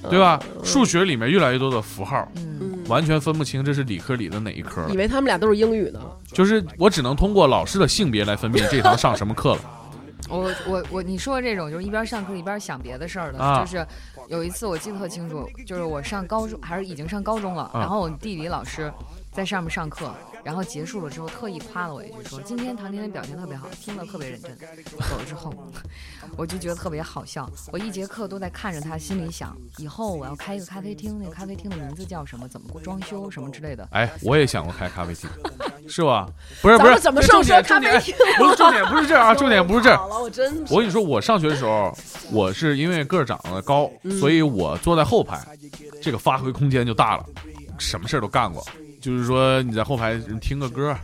对吧？嗯数学里面越来越多的符号，嗯，嗯完全分不清这是理科里的哪一科了以。为他们俩都是英语呢。就是我只能通过老师的性别来分辨这堂上什么课了。 我我我，你说的这种就是一边上课一边想别的事儿的，啊就是有一次我记得特清楚，就是我上高中还是已经上高中了，啊然后我地理老师在上面上课，然后结束了之后，特意夸了我一句说：“今天唐甜甜表现特别好，听得特别认真。”走了之后，我就觉得特别好笑。我一节课都在看着他，心里想：以后我要开一个咖啡厅，那个咖啡厅的名字叫什么？怎么装修什么之类的。哎，我也想过开咖啡 厅，是吧？不是不咱是，们怎么这上重升点咖重啡点厅？不是重点 不是这儿啊，重点不是这儿。好了，我真我跟你说，我上学的时候，我是因为个儿长得高，嗯所以我坐在后排，这个发挥空间就大了，什么事儿都干过。就是说你在后排听个歌，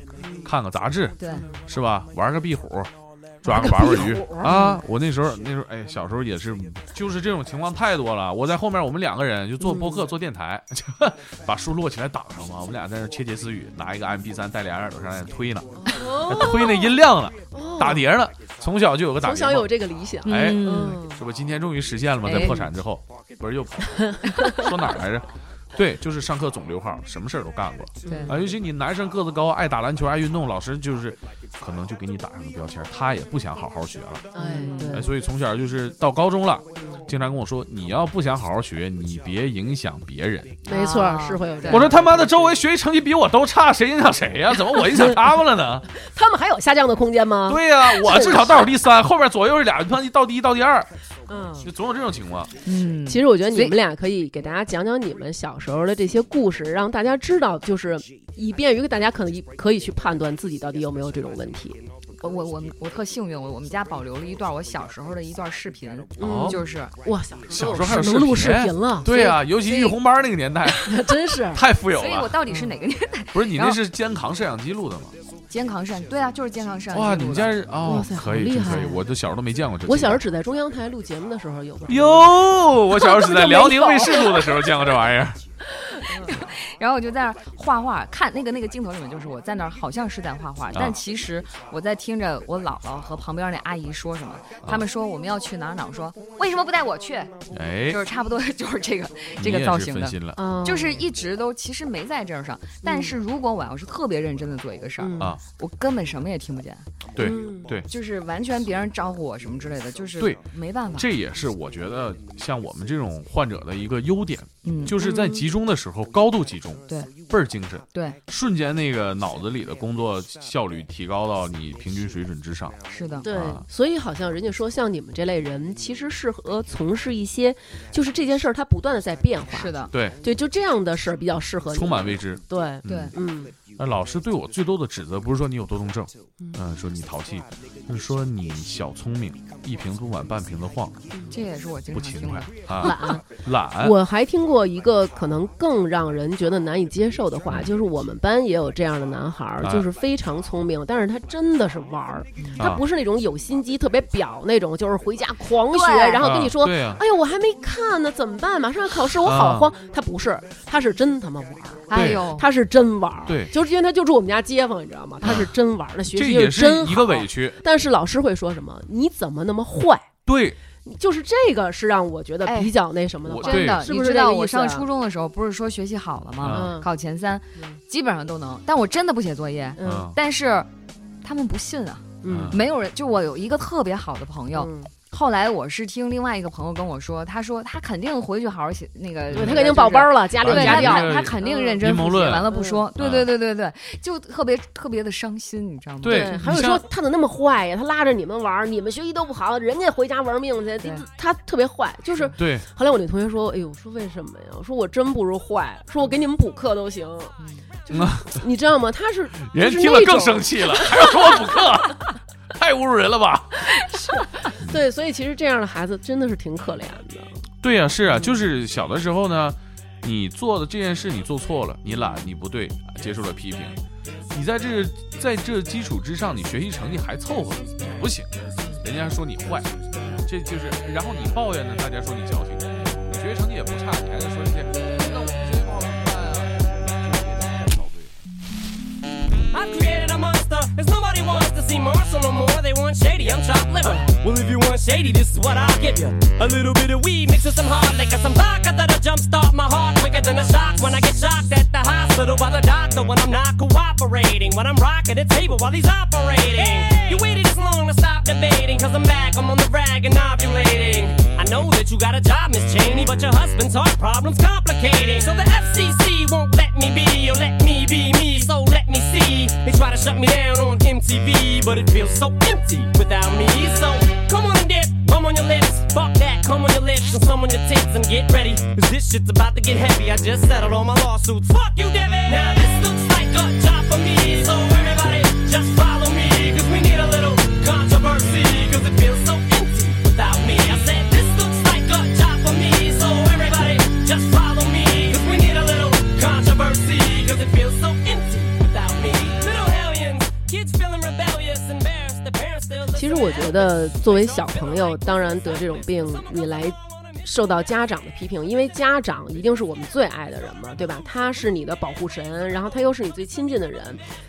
看个杂志，对，是吧？玩个壁虎，抓个八文鱼玩个壁虎啊！我那时候那时候哎，小时候也是，就是这种情况太多了。我在后面，我们两个人就做播客、做电台， 把书摞起来挡上嘛，我们俩在那儿窃窃私语，拿一个 MP 三带俩耳朵上在那推呢，哦推那音量呢，打碟呢。从小就有个打从碟小有梦，这个理想。哎嗯，嗯，这不今天终于实现了吗？哎在破产之后，不是又跑 说哪儿来着？对，就是上课总溜号，什么事儿都干过。对，啊，尤其你男生个子高，爱打篮球，爱运动，老师就是可能就给你打上个标签儿，他也不想好好学了。哎，哎，对，所以从小就是到高中了，经常跟我说，你要不想好好学，你别影响别人。没错啊，是会有这对哎我样。说他妈的，周围学习成绩比我都差，谁影响谁呀、怎么我影响他们 了呢？他们还有下降的空间啊吗？对呀、我至少倒数第三，后边左右是俩，他妈倒第一倒第二，嗯。就总有这种情况。嗯，其实我觉得你所以们俩可以给大家讲讲你们小时候的这些故事，让大家知道，就是以便于大家可能可以去判断自己到底有没有这种问题。我我我们我特幸运，我我们家保留了一段我小时候的一段视频，哦就是哇，小小时时候还有候能录视频频了，对呀、尤其所以玉红班那个 年代， 真是太富有所以我了。到底是哪个年代？不是你那然后是肩扛摄像机录的吗？肩扛摄像，对啊，就是肩扛摄像机录的。哇，你们家是哦哇，塞可以，好厉真害可以，啊我都小时候都没见过这。我小时候。只在中央台录节目的时候有过。哟，我小时候只在辽宁卫视录的时候见过这玩意儿。然后我就在那儿画画，看那个那个镜头里面就是我在那儿好像是在画啊画，但其实我在听着我姥姥和旁边那阿姨说什啊么，他们说我们要去哪儿哪儿，我说为什么不带我去？哎就，是差不多 就是这个你也这个是造型分的。心了啊，就是一直都其实没在这儿上，但是如果我要是特别认真的做一个事儿，嗯啊！我根本什么也听不见，对，嗯对就是完全别人招呼我什么之类的，就是对，没办法，这也是我觉得像我们这种患者的一个优点，嗯，就是在集中的时候高度集中，对，倍儿精神，对，瞬间那个脑子里的工作效率提高到你平均水准之上。是的，对啊，所以好像人家说，像你们这类人，其实适合从事一些，就是这件事儿它不断的在变化，是的，对，对，就这样的事儿比较适合你。充满未知。对，对嗯，嗯，那老师对我最多的指责不是说你有多动症，嗯、说你淘气，是说你小聪明，一瓶不满半瓶子晃，这也是我经不常勤听快的。啊， 懒。懒。我还听过一个可能更让人觉得难以接受的嗯话，就是我们班也有这样的男孩儿，啊就是非常聪明，但是他真的是玩儿，他啊不是那种有心机、特别表那种，就是回家狂学，对然后跟你说啊。对呀、哎呀，我还没看呢，怎么办？马上要考试，我啊好慌。他不是，他是真他妈玩儿，哎对呦，他是真玩儿。哦对啊就是因为他就住我们家街坊，你知道吗？他是真玩儿，那学这习也是是真一个好委。屈。但是老师会说什么？你怎么那么坏？对，就是这个是让我觉得哎比较那什么的我话。真的，对是你不是知这道个我意思啊上初中的时候，不是说学习好啊了吗？嗯考前三嗯，基本上都能，但我真的不写作业。嗯，但是他们不信啊，嗯没有人。就我有一个特别好的朋友，嗯，后来我是听另外一个朋友跟我说，他说他肯定回去好好写那个，对他肯定报班儿。儿嗯了，家里就是有对啊家他你这教。个肯，他肯定认真阴谋复习，论完了不说，对嗯对对对对，就特别特别的伤心，你知道吗？对还有你说像他怎么那么坏呀？他拉着你们玩儿，你们学习都不好，人家回家玩命去，对他他特别坏。就是对，后来我那同学说：“哎呦，说为什么呀？我说我真不如坏，说我给你们补课都行。嗯”就是你知道吗？他是人就是听了那更种生气了，还要说我补课，太侮辱人了吧？对，所以其实这样的孩子真的是挺可怜的。 对呀、是啊，就是小的时候呢，你做的这件事你做错了，你懒，你不对，接受了批评，你在这在这基础之上，你学习成绩还凑合，不行，人家说你坏，这就是，然后你抱怨呢，大家说你矫情，你学习成绩也不差，你还在说这些，那我学习不好怎么办啊？这也不对。 I created a monster, cause nobody wants to see Marshall no more. They want shady, I'm chopped liver. Well, if you want shady, this is what I'll give you. A little bit of weed mixed with some hard liquor, some vodka that'll jumpstart my heart quicker than a shock when I get shocked at the hospital by the doctor when I'm not cooperating, when I'm rocking the table while he's operating. You waited this long to stop debating, cause I'm back, I'm on the rag and ovulating. I know that you got a job, Miss Cheney, but your husband's heart problem's complicating. So the FCC won't let me be, or let me be me, so let me see. They try to shut me down on MTV, but it feels so empty without me. So come on and dip, come on your lips, fuck that, come on your lips, and some on your tits, and get ready. Cause this shit's about to get heavy, I just settled all my lawsuits. Fuck you, Debbie! Now this looks like a job for me, so everybody just follow me, cause we need a little controversy, cause it feels so empty without me. I said, this looks like a job for me, so everybody just follow me, cause we need a little controversy, cause it feels so empty without me. Little hellions, kids feeling rebellious, embarrassed, their parents still 其实我觉得，作为小朋友，当然得这种病，你来受到家长的批评，因为家长一定是我们最爱的人嘛，对吧？他是你的保护神，然后他又是你最亲近的人，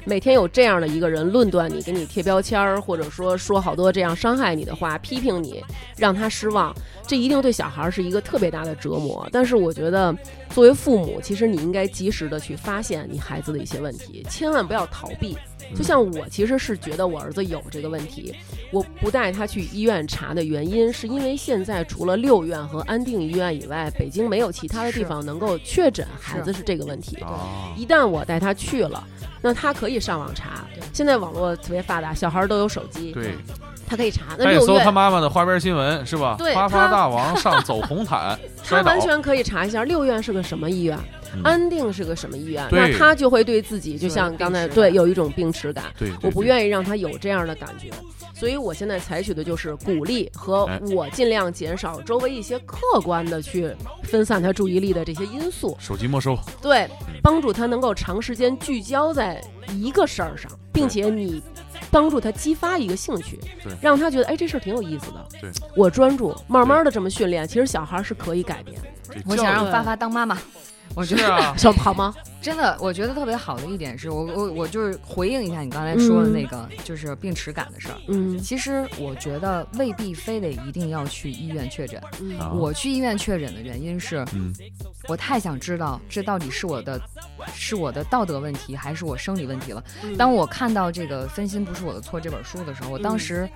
每天有这样的一个人论断你，给你贴标签儿，或者说说好多这样伤害你的话，批评你，让他失望，这一定对小孩儿是一个特别大的折磨。但是我觉得，作为父母，其实你应该及时的去发现你孩子的一些问题，千万不要逃避。就像我其实是觉得我儿子有这个问题，我不带他去医院查的原因，是因为现在除了六院和安定医院以外，北京没有其他的地是方能够确诊孩是子是这个问题。啊，一旦我带他去了，那他可以上网查对。现在网络特别发达，小孩儿都有手机，对，他可以查。那他也六搜院他妈妈的花边新闻是吧？对花花他大王上走红 毯摔他倒完，全可以查一下六院是个什么医院，嗯安定是个什么医院，对那他就会对自己就有像病刚才耻感对有一种病耻感。对，对我不对愿意让他有这样的感觉，所以我现在采取的就是鼓励和哎我尽量减少周围一些客观的去分散他注意力的这些因素，手机没收，对，嗯帮助他能够长时间聚焦在一个事儿上，并且你帮助他激发一个兴趣对，让他觉得哎这事儿挺有意思的，对我专注，慢慢的这么训练，其实小孩儿是可以改变，这我教想育让发发当妈妈，我觉是得啊，小好吗？ 真的，我觉得特别好的一点是我我我就是回应一下你刚才说的嗯那个，就是病耻感的事儿。嗯，其实我觉得未必非得一定要去医院确诊。嗯啊我去医院确诊的原因是嗯我太想知道这到底是我的，是我的道德问题还是我生理问题了。嗯嗯当我看到这个《分心不是我的错》这本书的时候，我当时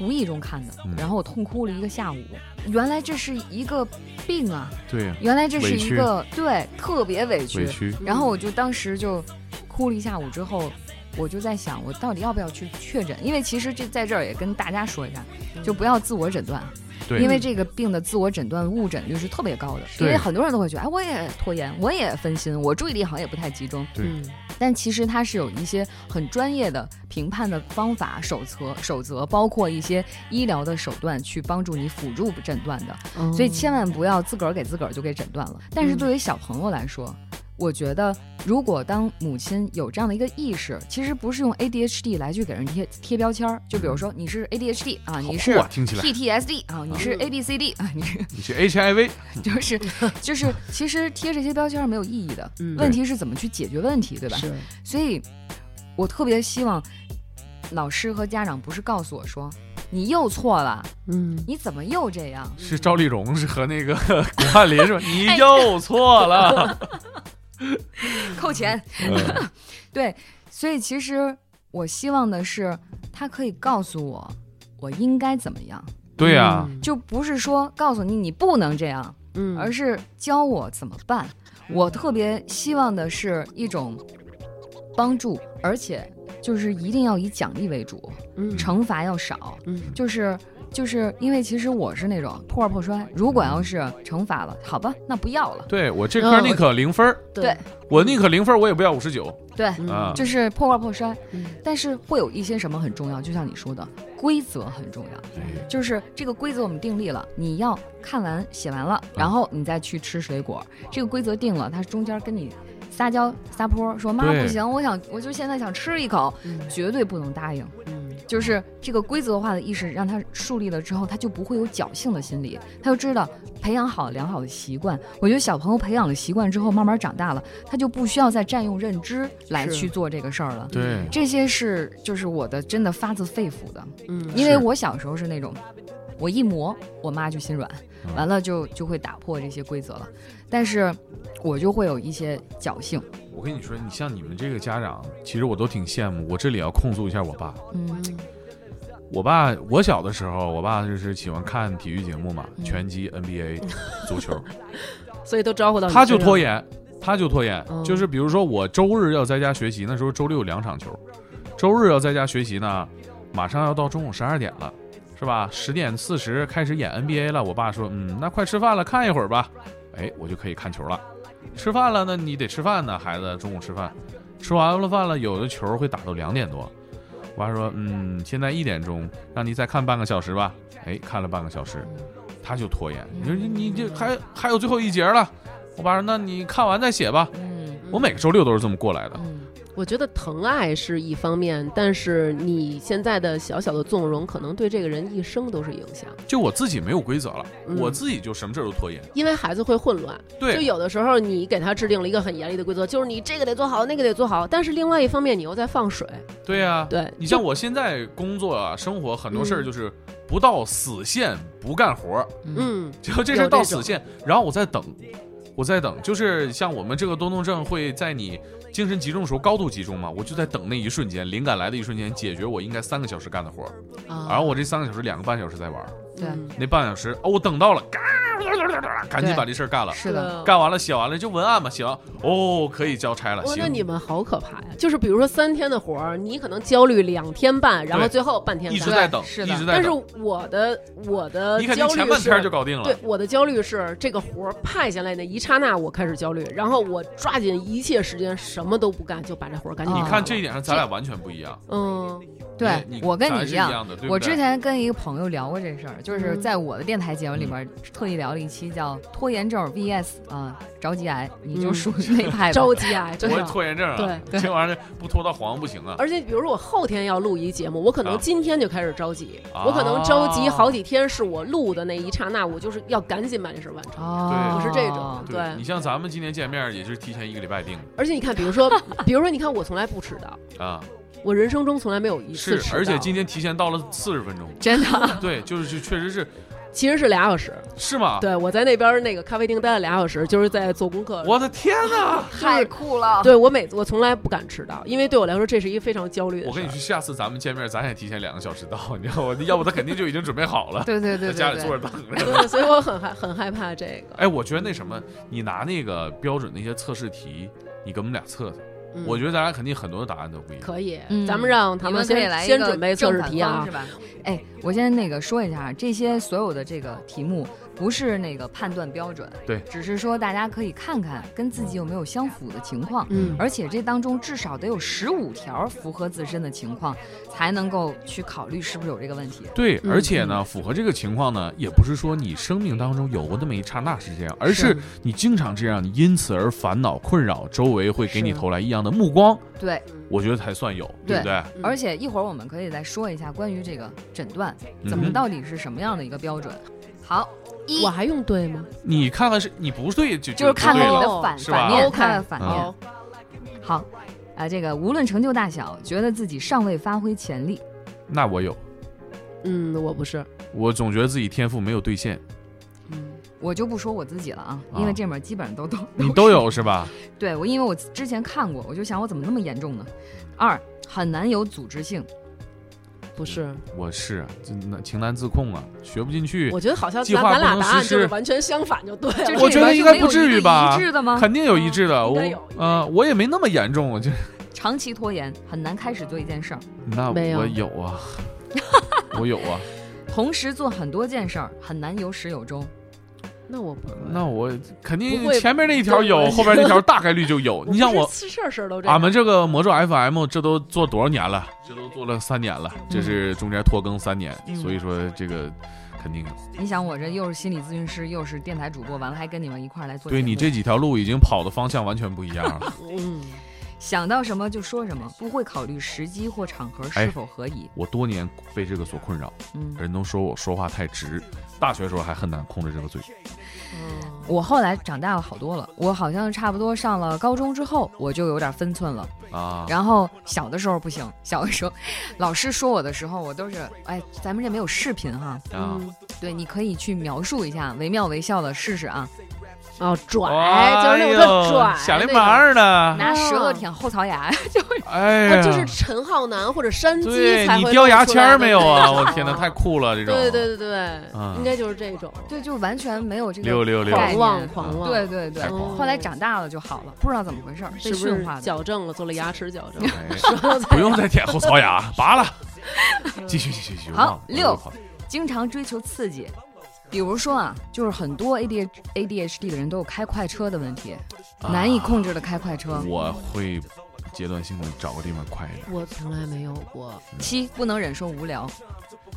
无意中看的嗯，然后我痛哭了一个下午。原来这是一个病啊！ 对，原来这是委一屈个对特别委委屈。屈，然后我就当时就哭了一下午之后，我就在想，我到底要不要去确诊？因为其实这在这儿也跟大家说一下，就不要自我诊断，嗯对，因为这个病的自我诊断误诊率是特别高的。对因为很多人都会觉得，哎，我也拖延，我也分心，我注意力好像也不太集中。对嗯但其实它是有一些很专业的评判的方法、守则、守则，包括一些医疗的手段去帮助你辅助诊断的。嗯所以千万不要自个儿给自个儿就给诊断了。但是嗯对于小朋友来说，我觉得如果当母亲有这样的一个意识，其实不是用 ADHD 来去给人贴贴标签儿，就比如说你是 ADHD 啊，你嗯好是酷啊听起来 PTSD 啊，你是嗯 ABCD 啊，你是你是 HIV，就是 就是，其实贴这些标签儿没有意义的。嗯问题是怎么去解决问题，对吧？是所以，我特别希望老师和家长不是告诉我说你又错了，嗯你怎么又这样？是赵丽蓉是和那个 巩汉林 是吧？你又错哎了，扣钱。嗯 对，所以其实我希望的是，他可以告诉我我应该怎么样，对啊呀，就不是说告诉你你不能这样，嗯而是教我怎么办。我特别希望的是一种帮助，而且就是一定要以奖励为主，嗯惩罚要少，嗯就是。就是因为其实我是那种破罐破摔，如果要是惩罚了，好吧，那不要了。对我这科宁可零分儿，对嗯我宁可零分儿，我也不要五十九对，啊，就是破罐破摔，嗯但是会有一些什么很重要，就像你说的，规则很重要。哎就是这个规则我们订立了，你要看完写完了，然后你再去吃水果。这个规则定了，它中间跟你撒娇撒泼说妈对不行，我想我就现在想吃一口，嗯绝对不能答应。嗯就是这个规则化的意识让他树立了之后，他就不会有侥幸的心理，他就知道培养好良好的习惯。我觉得小朋友培养了习惯之后，慢慢长大了，他就不需要再占用认知来是去做这个事儿了。对，这些是就是我的真的发自肺腑的，嗯因为我小时候是那种，我一磨我妈就心软，嗯完了就就会打破这些规则了。但是我就会有一些侥幸，我跟你说，你像你们这个家长，其实我都挺羡慕。我这里要控诉一下我爸，嗯我爸，我小的时候，我爸就是喜欢看体育节目嘛，嗯拳击、NBA、足 球，所以都招呼到你他就身上拖延，他就拖延嗯。就是比如说我周日要在家学习，那时候周六有两场球，周日要在家学习呢，马上要到中午十二点了，是吧？十点四十开始演 NBA 了，我爸说，嗯，那快吃饭了，看一会儿吧。哎，我就可以看球了。吃饭了，那你得吃饭呢，孩子，中午吃饭，吃完了饭了，有的球会打到两点多。我爸说，嗯，现在一点钟，让你再看半个小时吧。哎，看了半个小时，他就拖延。你说你你这还还有最后一节了，我爸说，那你看完再写吧。嗯我每个周六都是这么过来的。嗯，我觉得疼爱是一方面，但是你现在的小小的纵容，可能对这个人一生都是影响，就我自己没有规则了，嗯我自己就什么事儿都拖延。因为孩子会混乱。就对，有的时候你给他制定了一个很严厉的规则，就是你这个得做好，那个得做好，但是另外一方面你又在放水。对呀、对，你就像我现在工作啊，生活很多事儿嗯就是不到死线不干活儿，嗯只要这有事儿到这死种线，然后我再等，我再等。就是像我们这个多动症会在你精神集中的时候高度集中嘛，我就在等那一瞬间，灵感来的一瞬间，解决我应该三个小时干的活儿，啊，然后我这三个小时两个半小时在玩儿，对嗯那半小时哦，我等到了，嘎赶紧把这事儿干嗯了。是的，干完了，写完了就文案嘛，写完哦，可以交差了。哇，行那，你们好可怕呀！就是比如说三天的活儿，你可能焦虑两天半，然后对最后半天一直干在等，是的一直在但是等。我的我的你肯焦定虑前半是天就搞定了对，我的焦虑是这个活儿派下来那一刹那，我开始焦虑，然后我抓紧一切时间，什么都不干，就把这活儿赶紧哦干你了。看这一点上，咱俩完全不一样。嗯，对呃你我跟咱你是一一样。样的，对不我对之前跟一个朋友聊过这事儿，就是嗯在我的电台节目里边嗯特意聊了一期叫“拖延症 VS 啊着急癌”，你就嗯属于那派吧。着急啊，真我的也。拖延症啊，对对这玩意儿不拖到黄不行啊。而且，比如说我后天要录一节目，我可能啊今天就开始着急，啊我可能着急好几天，是我录的那一刹那，我就是要赶紧把这事儿完成。哦，我是这种对你像咱们今天见面，也就是提前一个礼拜定而且你看，比如 说，比如说，你看我从来不迟到，的啊，我人生中从来没有一次是迟，到，而且今天提前到了四十分 钟，真 的，对，就是就确实是其实是俩小时。是吗？对我在那边那个咖啡厅待了俩小时，就是在做功课。我的天哪！太酷了。对我每我从来不敢迟到，因为对我来说这是一个非常焦虑的事儿。我跟你说，下次咱们见面，咱也提前两个小时到，你知道吗？要不他肯定就已经准备好 了，对对在对对家里对坐着等着。对，所以我很害很害怕这个。 哎，我觉得那什么，你拿那个标准那些测试题，你给我们俩测测，嗯我觉得咱俩肯定很多答案都不一样。可以，嗯咱们让他你们可以先来一先个准备测正试反题方啊是。吧？哎，我先那个说一下啊，这些所有的这个题目不是那个判断标准，对只是说大家可以看看跟自己有没有相符的情况，嗯而且这当中至少得有十五条符合自身的情况，才能够去考虑是不是有这个问题。对，嗯而且呢，符合这个情况呢，也不是说你生命当中有过那么一刹那是这样，而是你经常这样，你因此而烦恼困扰，周围会给你是投来异样的目光，对，嗯我觉得才算有，对对不对？嗯而且一会儿我们可以再说一下关于这个诊断，怎么嗯到底是什么样的一个标准。好，一我还用对吗？你看看是你不对就就是看不看对了，你的反是吧反面， OK 看看反面。哦好，好，啊，这个无论成就大小，觉得自己尚未发挥潜力，那我有，嗯，我不是，我总觉得自己天赋没有兑 现，嗯我就不说我自己了啊，因为啊这门基本上都都你都有是吧？对我，因为我之前看过，我就想我怎么那么严重呢？二，很难有组织性，不是。我是啊，这那情难自控啊，学不进去我，觉得好像计划咱咱俩不能答案实就施是完全相反就对就了。这我里觉边得就应该没有不至一个于吧一致的吗？肯定有一致的，啊应我该有应该呃我也没那么严重，我就长期拖延，很难开始做一件事儿，那没有我有 啊，我有啊。同时做很多件事儿，很难有始有终。 那我不会，那我肯定不会前面那一条对有，我后边那条大概率就 有。你像不我，是事儿事儿都这俺样。们这个魔咒 FM 这都做多少年了？这都做了三年了，嗯这是中间拖更三年，所以说这个肯定有。你想，我这又是心理咨询师，又是电台主播，完了还跟你们一块儿来做节对目。你这几条路已经跑的方向完全不一样 了。嗯，想到什么就说什么，不会考虑时机或场合是哎否合宜。我多年被这个所困扰，嗯，人都说我说话太直，大学时候还很难控制这个嘴。哦我后来长大了好多了，我好像差不多上了高中之后，我就有点分寸了。啊，然后小的时候不行，小的时候，老师说我的时候，我都是哎，咱们这没有视频哈，啊，嗯对，你可以去描述一下，惟妙惟肖的试试啊。啊，拽，哎就是那种特拽，响铃板儿 的，拿舌头舔后槽牙， 哎呀，啊，就是陈浩南或者山鸡对才你会叼露牙出签来儿的没有那啊？种我天 哪，太酷了这种。对对对对嗯，应该就是这种，对，就完全没有这六个六六，概狂妄念。狂妄，嗯对对对太，狂了后来长大了就好了，不知道怎么回事儿，被是驯驯化化的。矫正了，做了牙齿矫正。哎不用再舔后槽牙，拔 了。继续继续继续。好忘了六经常追求刺激，比如说啊，就是很多 A D A D H D 的人都有开快车的问题，难以。控制的开快我车跑。啊我会阶段性的找个地方快一点， 我从来没有过，七不能忍受无聊，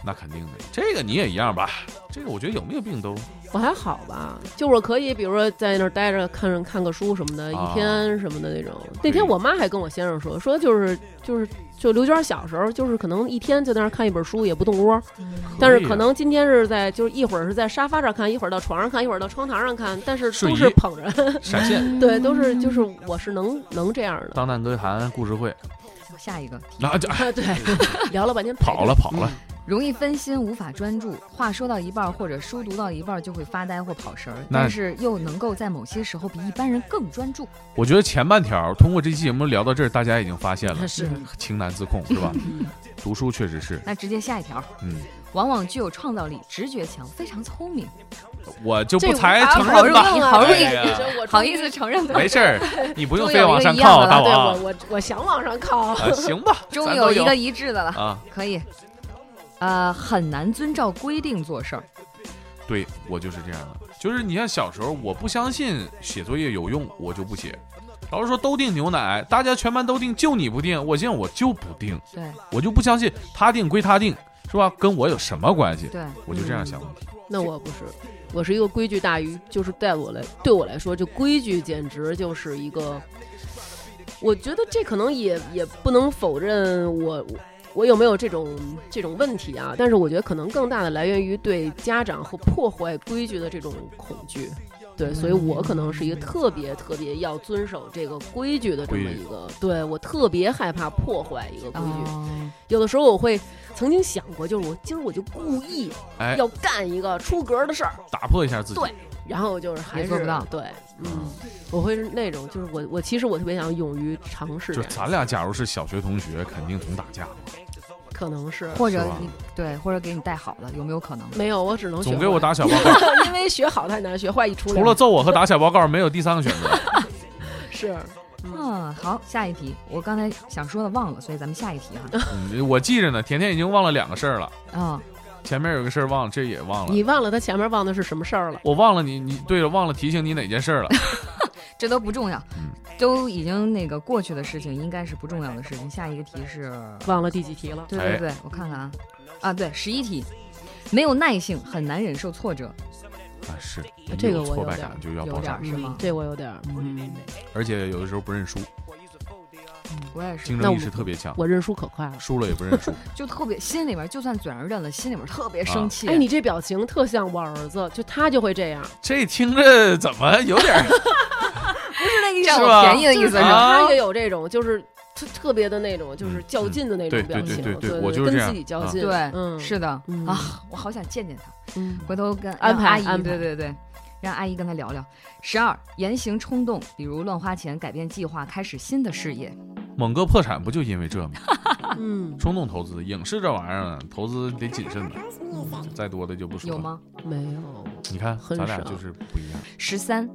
那肯定的。这个你也一样吧？这个我觉得有没有病都我还好吧，就我可以，比如说在那儿待着，看着看个书什么的，啊一天什么的那种。那天我妈还跟我先生说，说就是就是就刘娟小时候，就是可能一天就在那儿看一本书，也不动窝，啊但是可能今天是在就是一会儿是在沙发上看，一会儿到床上看，一会儿到窗台上看，但是瞬都移是捧 着，闪现。对，都是就是我是能能这样的。当蛋哥韩故事会，下一个然后就哎 啊，对， 聊了半天跑了跑了，容易分心，无法专注，话说到一半儿或者书读到一半儿就会发呆或跑神儿，那但是又能够在某些时候比一般人更专注。我觉得前半条通过这期节目聊到这儿，大家已经发现 了是情难自控是吧？读书确实是，那直接下一条，嗯，往往具有创造力，直觉强，非常聪明，我就这不个才我承好认容吧，易好容易哎 呀 好意思承认的。没事儿，你不用终于非有一往个上一样靠，的大了对王我。我我想往上靠，啊，行吧， 终咱于都有一个一致的了，啊，可以。呃，很难遵照规定做事儿，对我就是这样的，就是你像小时候，我不相信写作业有用，我就不写。老师说都订牛奶，大家全班都订，就你不订，我现在我就不订，对我就不相信他订归他订，是吧？跟我有什么关系？对，我就这样想问题。那我不是，我是一个规矩大于，就是在我来对我来说，就规矩简直就是一个，我觉得这可能也也不能否认我我我有没有这种这种问题啊，但是我觉得可能更大的来源于对家长和破坏规矩的这种恐惧。对，所以我可能是一个特别特别要遵守这个规矩的这么规矩一个，对我特别害怕破坏一个规矩。哦有的时候我会曾经想过，就是我今儿我就故意哎，要干一个出格的事儿，打破一下自己。对然后就是还也是做不到对，嗯，我会是那种，就是我我其实我特别想勇于尝试就这是样，咱俩假如是小学同学，肯定总打架嘛，可能是或者是吧你对，或者给你带好了，有没有可能？没有，我只能学总给我坏，打小报告， 因为学好太难，学坏一出除了揍我和打小报告，没有第三个选择。是嗯嗯，好，下一题，我刚才想说的忘了，所以咱们下一题哈。嗯我记着呢，甜甜已经忘了两个事儿了，啊，前面有个事儿忘了，这也忘了。你忘了他前面忘的是什么事儿了，我忘了你，你对了，忘了提醒你哪件事儿了。这都不重要嗯，都已经那个过去的事情，应该是不重要的事情。下一个题是，忘了第几题了，对哎对对，我看看啊，啊对，十一题，没有耐性，很难忍受挫折，啊，是这个有我挫有败点感就要有爆点炸儿，是吗？这我有点儿，嗯，而且有的时候不认输，我也是，竞那争我意识特别强，我认输可快了。输了也不认输。 就特别心里面，就算嘴上认了，心里面特别啊生气。哎，你这表情特像我儿子，就他就会这样，这听着怎么有点儿 是那个是占吧我便宜的意就是思是啊吧？他也有这种，就是特特别的那种，就是较劲的那嗯对种对表情，对对对对，我就是这跟样自己较啊劲，嗯，对，是的嗯啊，我好想见见他，嗯回头跟安让排阿姨，安排对对对，让阿姨跟他聊聊。十二，言行冲动，比如乱花钱、改变计划、开始新的事业。猛哥破产不就因为这吗？嗯，冲动投资，影视这玩意儿啊投资得谨慎的，再多的就不说。有？吗？没有。你看很咱俩少就是不一样。十三，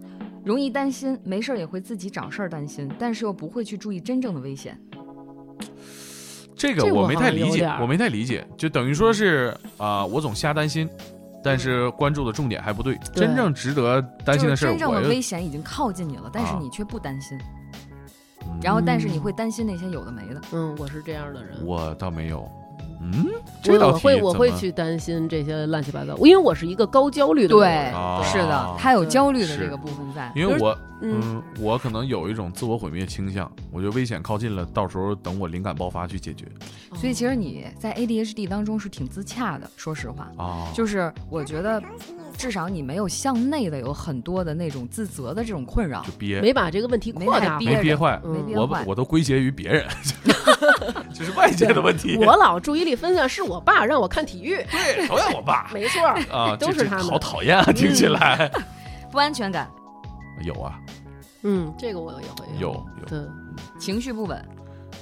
容易担心，没事儿也会自己找事儿担心，但是又不会去注意真正的危险。这个这我我没好太像理有解点，儿我没太理解，就等于说是啊，我总瞎担心。但是关注的重点还不对，对真正值得担心就的是事儿，真正我的危又险已经靠近你了，但是啊你却不担心，嗯然后但是你嗯会担心那些有的没的。嗯，我是这样的人。我倒没有，嗯，这我道我题会我怎会么去担心这些乱七八糟，因为我是一个高焦虑的对人。，啊是的，他有对焦虑的是这个部分在。因为就是我，嗯，嗯，我可能有一种自我毁灭倾向，我觉得危险靠近了，到时候等我灵感爆发去解决嗯所以其实你在 ADHD 当中是挺自洽的，说实话，啊。就是我觉得至少你没有向内的有很多的那种自责的这种困扰就，憋，没把这个问题没扩太大化。没憋憋着坏，没憋我坏。我都归结于别人， 就是外界的问题。我老注意力分散是我爸让我看体育，对，都要我爸 没错儿。啊，都这是这他们好讨厌啊！听起来， 不安全感，有啊，嗯，这个我有会有有对，情绪不稳，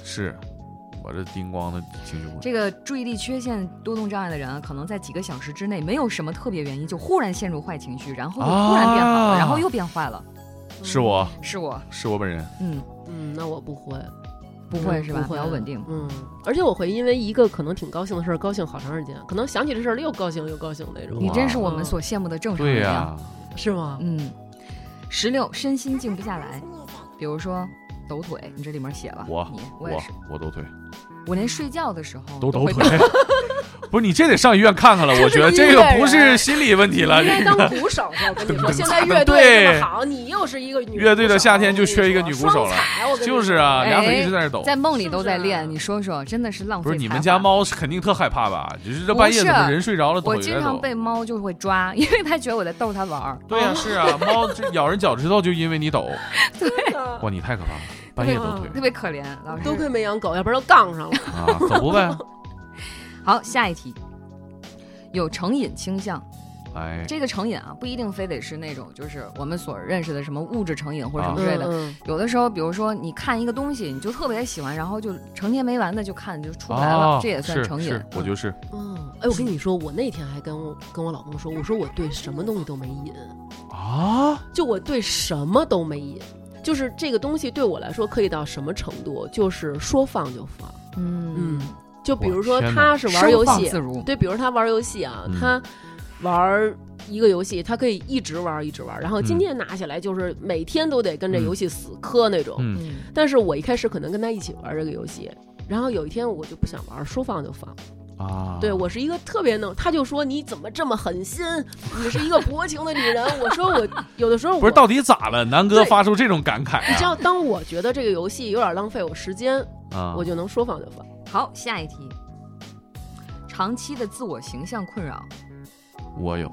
是我这叮咣的情绪不稳这个注意力缺陷多动障碍的人，可能在几个小时之内没有什么特别原因，就忽然陷入坏情绪，然后又突然变好了，啊然后又变坏了。是我是我，是我本人，嗯，嗯，那我不会，不会是吧？不比会较稳定。嗯，而且我会因为一个可能挺高兴的事儿高兴好长时间，可能想起这事儿了又高兴又高兴那种。你哇真是我们所羡慕的正嗯常对人呀、啊。是吗？嗯，十六，身心静不下来，比如说抖腿，你这里面写了，我你我也我是，我抖腿，我连睡觉的时候抖抖会腿， 不是你这得上医院看看了，我觉得是这音个乐不是人心理问题了应，该当鼓手去，我跟你说，现在乐队这么好，你又是一个女 乐队的夏天就缺一个女鼓手了了，双踩就是，啊，哎俩腿一直在那抖。在梦里都在是啊练，不是你说说，真的是浪费。不是你们家？猫是肯定特害怕吧？只是这半夜不怎是么人睡着了，我抖一经下常抖。被猫就会抓， 因为它觉得我在逗它玩儿。对呀、是啊，猫这咬人脚趾头就因为你抖，我跟你说哇，你太可怕了，半夜抖腿特别可怜，老师。真的都快没养狗，要不然都杠 上了。啊，走不 呗？好，下一题，有成瘾倾向。哎，这个成瘾啊，不一定非得是那种就是我们所认识的什么物质成瘾或者什么之类的。嗯，有的时候，比如说你看一个东西，你就特别喜欢，然后就成天没完的就看，就出不来了，哦这也算是成瘾是。我就是嗯，哎，我跟你说，我那天还跟我跟我老公说，我说我对什么东西都没瘾，啊，就我对什么都没瘾，就是这个东西对我来说可以到什么程度，就是说放就放。嗯嗯，就比如说哇天哪他是玩游收放戏自，如。对，比如他玩游戏啊，嗯他玩一个游戏，他可以一直玩一直玩，然后今嗯天拿起来就是每天都得跟这嗯游戏死磕那种。嗯，嗯，但是我一开始可能跟他一起玩这个游戏。然后有一天我就不想玩，说放就放。嗯啊，对我是一个特别能，他就说你怎么这么狠心，你是一个薄情的女人。我说 我有的时候我不是到底咋了？南哥对发出这种感慨、啊，你知道，当我觉得这个游戏有点浪费我时间，啊，我就能说放就放。好，下一题，长期的自我形象困扰，我有，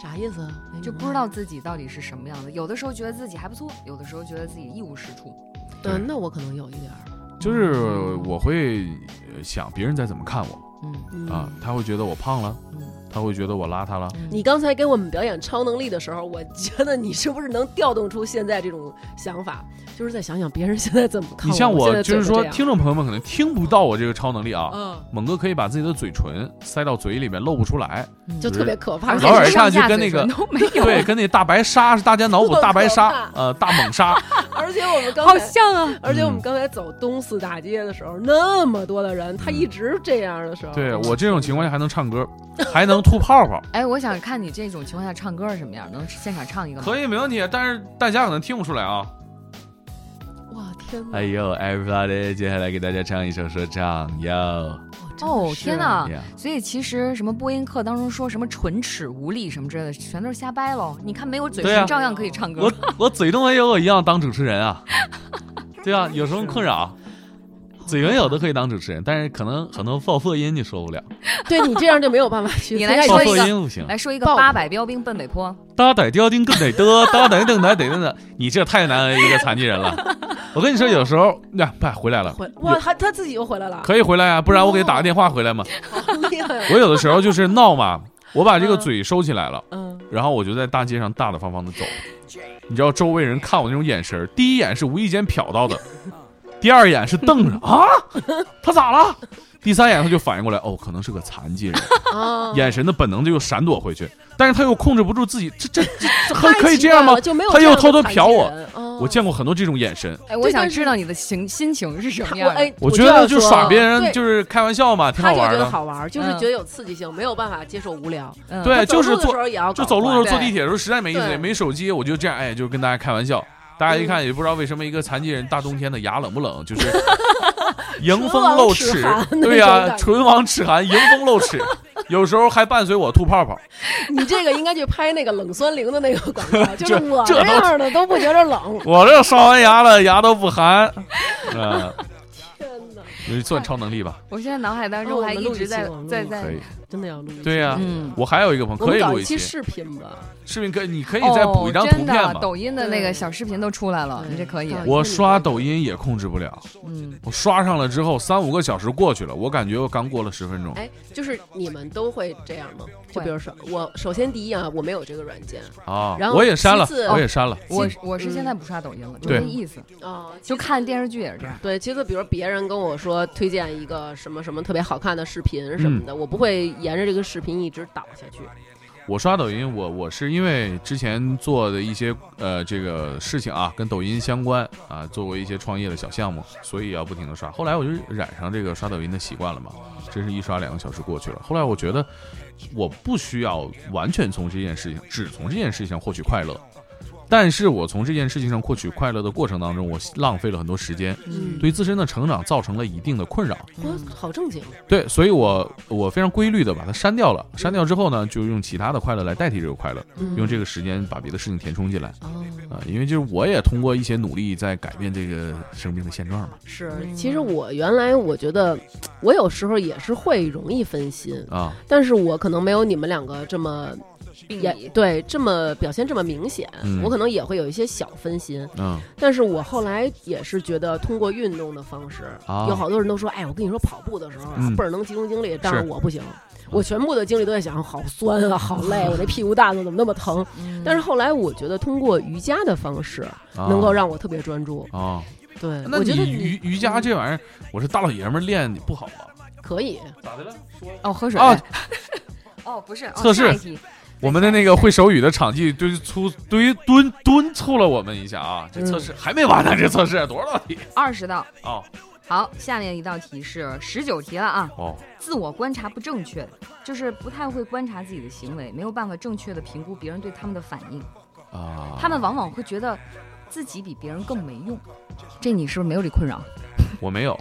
啥意思啊？就不知道自己到底是什么样的。有的时候觉得自己还不错，有的时候觉得自己一无是处。对啊嗯，那我可能有一点儿就是我会呃想别人再怎么看我嗯啊，嗯他会觉得我胖了，嗯，他会觉得我邋遢了，你刚才给我们表演超能力的时候，我觉得你是不是能调动出现在这种想法？就是再想想别人现在怎么看你像我我，现在，怎就么是说这，样听众朋友们可能听不到我这个超能力啊。嗯，猛哥可以把自己的嘴唇塞到嘴里面露不出 来，嗯就特别可怕。老而耳且上上去下跟那个嘴唇 都没有，对，跟那大白鲨是大家脑补大白鲨 好可，呃，大猛鲨，而且我们刚好才，像啊。而且我们刚才走东四大街的时候，那么多的人，他一直这样的时候， 对我这种情况下还能唱歌，还能吐泡泡，哎，我想看你这种情况下唱歌是什么样，能现场唱一个吗？可以没问题，但是大家可能听不出来啊。哇天哪！哎呦，everybody，接下来给大家唱一首说唱哟。哇真的哦啊是天哪！呀所以其实什么播音课当中说什么唇齿无力什么之类的，全都是瞎掰喽。你看没有嘴对啊唇照样可以唱歌。我我嘴动也有我一样当主持人 啊，对啊，有什么困扰？嘴唇有的可以当主持人，但是可能很多爆破音就说不了， 对你这样就没有办法去你来爆说一破个音不行。来说一个爆八百标兵奔北坡，哒得雕钉更得得，哒得噔得得噔得，你这太难为一个残疾人了。我跟你说，有时候呀，哎，回来了，回哇，他他自己又回来了，可以回来啊，不然我给打个电话回来嘛。好 厉害！我有的时候就是闹嘛，我把这个嘴收起来了，嗯，然后我就在大街上大大方方的走。你知道周围人看我那种眼神儿，第一眼是无意间瞟到的，第二眼是瞪着啊，他咋了？第三眼他就反应过来，哦，可能是个残疾人，啊， 眼神的本能就又闪躲回去，但是他又控制不住自己，这这这这还太可以奇这怪样吗了？就没有他这又样的偷偷残瞟疾我人，哦我见过很多这种眼神，哎，我想但是知道你的情心情是什么我样的。哎，我觉就得要就说耍别人对就是开玩笑嘛，挺他好就玩觉得的。好玩儿，就是嗯觉得有刺激性，没有办法接受无聊。嗯对他走就是路的坐时候也要就搞走路的时候对坐地铁的时候实在没意思，对也没手机，我就这样哎，就是跟大家开玩笑。大家一看也不知道为什么一个残疾人大冬天的牙冷不冷，就是 迎风露齿唇亡齿寒，那对种呀、感觉唇亡齿寒，迎风露 齿，有时候还伴随我吐泡泡。你 这个应该去拍那个冷酸灵的那个广 告，就是这我这这都样的都不觉 着冷。我这刷完牙了，牙都不寒，啊、天哪！你算超能力吧，我现在脑海当哦中我还们一录一直期在我们录在一期可在以。真的要录一期。对呀嗯我还有一个朋友可我们以搞录一期期，视频吧。视频可以你可以哦，再补一张图真片啊的，吧。抖音的那个对小视频都出来了，对你这可以。对我刷抖音也控制不了，嗯，我刷上了之后三五个小时过去了，我感觉我刚过了十分钟。哎，就是你们都会这样吗？就会比如说我，首先第一啊，我没有这个软件啊然，后我也删了其次，我也删了。我我是嗯现在不刷抖音了，就对那意思，哦啊，就看电视剧也是这样。对，其次，比如别人跟我说推荐一个什么什么特别好看的视频什嗯么的，我不会沿着这个视频一直倒下去。我刷抖音，我我是因为之前做的一些呃这个事情啊，跟抖音相关啊，做过一些创业的小项目，所以要不停的刷。后来我就染上这个刷抖音的习惯了嘛，真是一刷两个小时过去了。后来我觉得我不需要完全从这件事情，只从这件事情上获取快乐，但是我从这件事情上获取快乐的过程当中，我浪费了很多时间，嗯对自身的成长造成了一定的困扰。哇，嗯好正经，啊对，所以我我非常规律的把它删掉了。删掉之后呢，就用其他的快乐来代替这个快乐，嗯用这个时间把别的事情填充进来哦，啊、因为就是我也通过一些努力在改变这个生命的现状嘛是。其实我原来我觉得，我有时候也是会容易分心，啊，但是我可能没有你们两个这么也对这么表现这么明显，嗯我可能也会有一些小分心。嗯但是我后来也是觉得，通过运动的方式，啊有好多人都说，哎，我跟你说跑步的时候啊嗯倍儿、能集中精力，但是嗯是我不行，我全部的精力都在想，好酸啊，好累，我那屁股蛋子怎么那么疼？嗯但是后来我觉得，通过瑜伽的方式，啊能够让我特别专注。啊，对，那我觉得你瑜瑜伽这玩意儿，我是大老爷们儿练不好啊吗？可以，咋的了？说呀哦，喝水。 啊，哦，不是哦测试下一题我们的那个会手语的场记对粗对于蹲蹲促了我们一下啊，嗯这测试还没完呢，这测试多少道题？二十道。哦好，下面一道题是十九题了啊。哦，自我观察不正确，就是不太会观察自己的行为，没有办法正确的评估别人对他们的反应。啊，他们往往会觉得自己比别人更没用。这你是不是没有这困扰？我没有，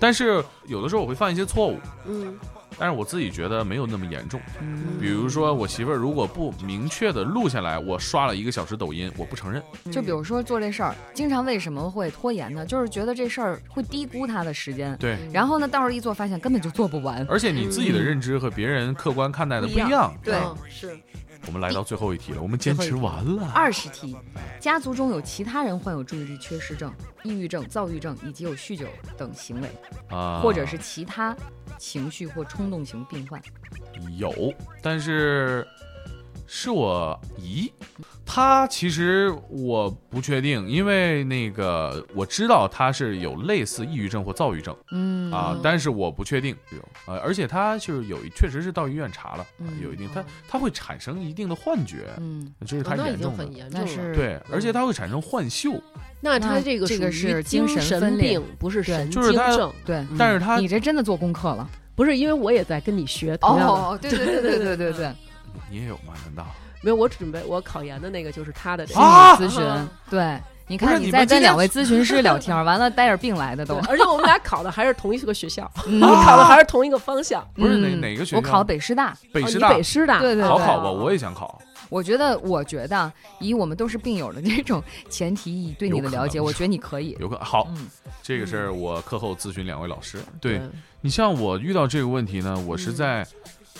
但是有的时候我会犯一些错误，嗯，但是我自己觉得没有那么严重。嗯，比如说，我媳妇儿如果不明确的录下来，我刷了一个小时抖音，我不承认。就比如说做这事儿，经常为什么会拖延呢？就是觉得这事儿会低估他的时间，对，嗯然后呢，到时候一做发现根本就做不完。而且你自己的认知和别人客观看待的不一嗯不一样。对啊是我们来到最后一题了，我们坚持完了。啊二十题，家族中有其他人患有注意力缺失症、抑郁症、躁郁症以及有酗酒等行为，啊，或者是其他情绪或冲动型病患。有，但是是我姨，她其实我不确定，因为那个我知道她是有类似抑郁症或躁郁症。嗯啊嗯，但是我不确定，呃，而且他就是有一，确实是到医院查了，啊嗯有一定，他他会产生一定的幻觉，嗯，这是哦他那已严经重的很，严重嗯那了。是对，而且他会产生幻嗅，那那他这个这个属于是精精神神分裂病，不是对神就是经他症，对。但是他你这真的做功课了不是因为我也在跟你学同样的哦！对对对对对 对对，你也有吗？难道没有，我准备我考研的那个就是他的这个啊心理咨询，对，你不看是你在们今天跟两位咨询师聊天，完了带着病来的对都，而且我们俩考的还是同一个学校，嗯我们啊考的还是同一个方向。不是哪嗯哪个学我校考北师大，北哦师你大北师大，嗯对对对好考吧？我也想考，我觉得，我觉得啊以我们都是病友的这种前提对你的了解，有可能我觉得你可以。有个好，嗯，这个事儿我课后咨询两位老师。嗯对你像我遇到这个问题呢，我是在。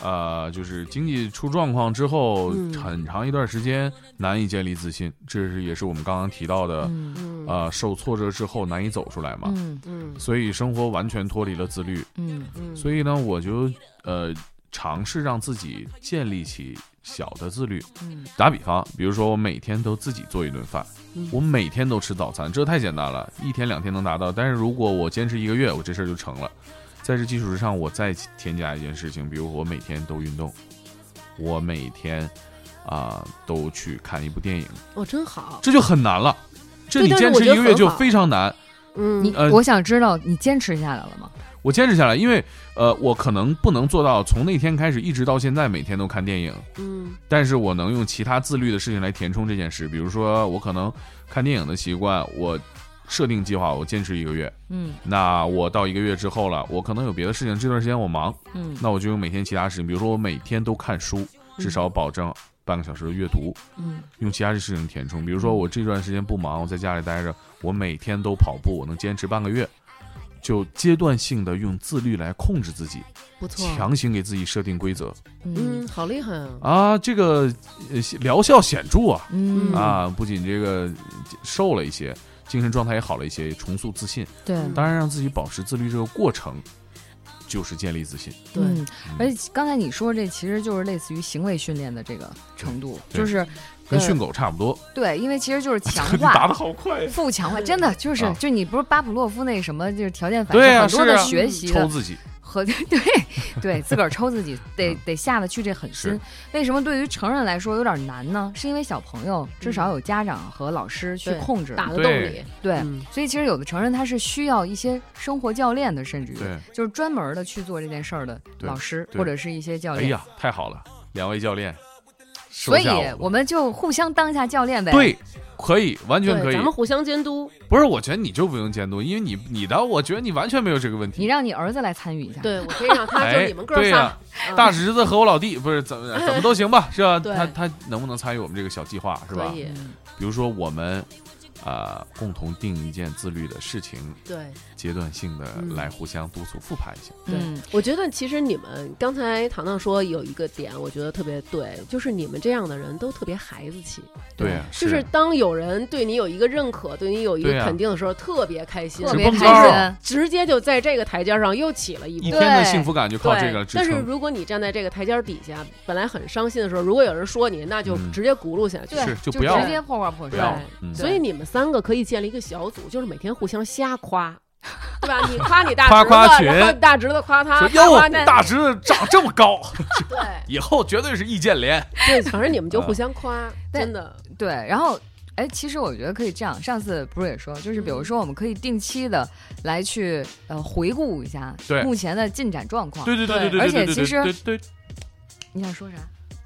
呃，就是经济出状况之后，嗯很长一段时间难以建立自信，这是也是我们刚刚提到的，嗯嗯呃，受挫折之后难以走出来嘛。嗯嗯所以生活完全脱离了自律。嗯嗯，所以呢，我就呃尝试让自己建立起小的自律。嗯打比方，比如说我每天都自己做一顿饭，嗯我每天都吃早餐，这太简单了，一天两天能达到。但是如果我坚持一个月，我这事儿就成了。在这基础之上，我再添加一件事情，比如我每天都运动，我每天啊、都去看一部电影，哦，真好。这就很难了。这对你但是坚我持一觉得个月很就好非常难。嗯，你呃我想知道你坚持下来了吗？我坚持下来，因为呃，我可能不能做到从那天开始一直到现在每天都看电影，嗯但是我能用其他自律的事情来填充这件事，比如说我可能看电影的习惯，我设定计划，我坚持一个月，嗯那我到一个月之后了，我可能有别的事情，这段时间我忙，嗯那我就用每天其他事情，比如说我每天都看书，至少保证半个小时的阅读，嗯用其他的事情填充，比如说我这段时间不忙，我在家里待着，我每天都跑步，我能坚持半个月。就阶段性的用自律来控制自己，不错，强行给自己设定规则嗯，好厉害啊！啊，这个呃疗效显著啊嗯嗯啊！不仅这个瘦了一些，精神状态也好了一些，重塑自信。对，嗯当然，让自己保持自律这个过程，就是建立自信。对，嗯，而且刚才你说这其实就是类似于行为训练的这个程度，对就是跟呃训狗差不多。对，因为其实就是 强你化答的好快呀！负强化，真的就是啊就你不是巴甫洛夫那什么就是条件反对射呀很多的是啊学习抽的自己，和 对对自个儿抽自己得嗯得下得去这狠心是。为什么对于成人来说有点难呢？是因为小朋友至少有家长和老师去对控制，打得嗯动对你，对，嗯所以其实有的成人他是需要一些生活教练的，嗯甚至于对，就是专门儿的去做这件事儿的对老师对或者是一些教哎练。呀，太好了，两位教练，所说以下我们就互相当一下教练呗。，对，可以，完全可对，以咱。们互相监督，不是，我觉得你就不用监督，因为你你的，我觉得你完全没有这个问你题。让你儿子来参与一下。，对我可以让他就是哎你们哥儿对仨呀，嗯大侄子和我老弟不是怎么怎么都行吧，是吧？对他他能不能参与我们这个小计划是吧可？以，嗯比如说我们啊、呃共同定一件自律的事情，对。阶段性的嗯来互相督促复盘一下。对嗯，我觉得其实你们刚才糖糖说有一个点，我觉得特别对，就是你们这样的人都特别孩子气，对啊呀，就是当有人对你有一个认可、对你有一个对啊肯定的时候，特别开心，特直别蹦开高心啊。直接就在这个台阶上又起了一一步天。的幸福感就靠对这个支但是撑。如果你站在这个台阶底下，本来很伤心的时候，如果有人说你，那就嗯直接轱辘下去。对是，就就不要直接破罐破不摔要。对嗯所以你们三个可以建立一个小组，就是每天互相瞎夸，对吧？你夸你大 夸夸侄子，群然后你大侄子夸他，说他哟夸那，大侄子长这么高，对以后绝对是易建联。 对，反正你们就啊互相夸，对真的，对，然后。哎，其实我觉得可以这样。上次不是也说，就是比如说，我们可以定期的来去呃回顾一下对目前的进展状况。对对对对对，而对且对其实对对，对你想说啥？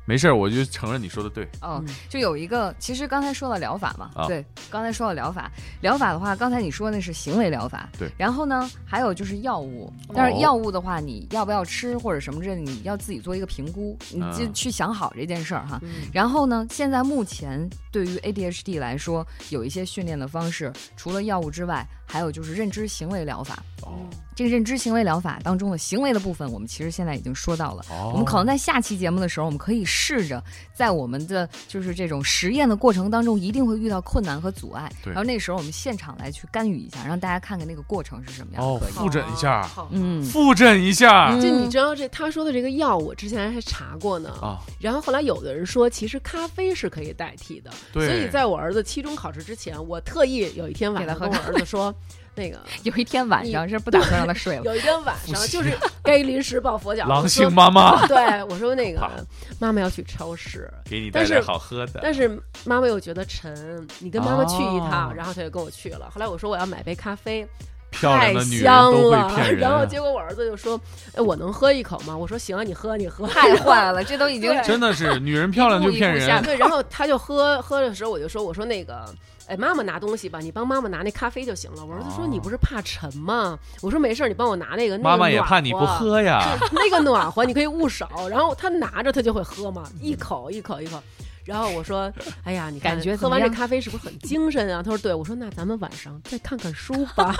没事儿，我就承认你说的对。哦，嗯就有一个，其实刚才说了疗法嘛，啊对，刚才说了疗法，疗法的话，刚才你说那是行为疗法，对然后呢，还有就是药物，但哦是药物的话，你要不要吃或者什么这，你要自己做一个评估，你嗯就去想好这件事儿哈。嗯然后呢，现在目前对于 ADHD 来说，有一些训练的方式，除了药物之外，还有就是认知行为疗法。哦这个认知行为疗法当中的行为的部分，我们其实现在已经说到了。哦，我们可能在下期节目的时候，我们可以试着在我们的就是这种实验的过程当中，一定会遇到困难和阻碍，对然后那时候我们现场来去干预一下，让大家看看那个过程是什么样的。哦复诊一下，好好 嗯，复诊一下嗯这你知道这他说的这个药，我之前还查过呢。啊，然后后来有的人说，其实咖啡是可以代替的。对所以在我儿子期中考试之前，我特意有一天晚上给他跟喝我儿子 说，那个有一天晚上是不打算让他睡了， 有一天晚复上习就是该临时抱佛脚。狼我说性妈妈 对我说那怕个妈妈要去超市，给你带来但是好喝的但是妈妈又觉得沉，你跟妈妈去一趟，哦然后她就跟我去了。后来我说我要买杯咖啡，漂亮的太女人香都了会骗人然后啊，结果我儿子就说：“哎，我能喝一口吗？”我说：“行啊，你喝，你喝。”太坏了，这都已经对真的是女人漂亮就骗一步一步下人来。 对，然后他就喝喝的时候，我就说：“我说那个，哎，妈妈拿东西吧，你帮妈妈拿那咖啡就行了。”我儿子说：“哦你不是怕沉吗？”我说：“没事儿，你帮我拿那个。那个妈妈也暖怕你和啊不，喝 呀，那个暖和你可以捂手。”然后他拿着他就会喝嘛，一口一口一哦口。然后我说：“哎呀，你看感觉怎喝么完这样咖啡是不是很精神啊？”他说：“对。”我说：“那咱们晚上再看看书吧。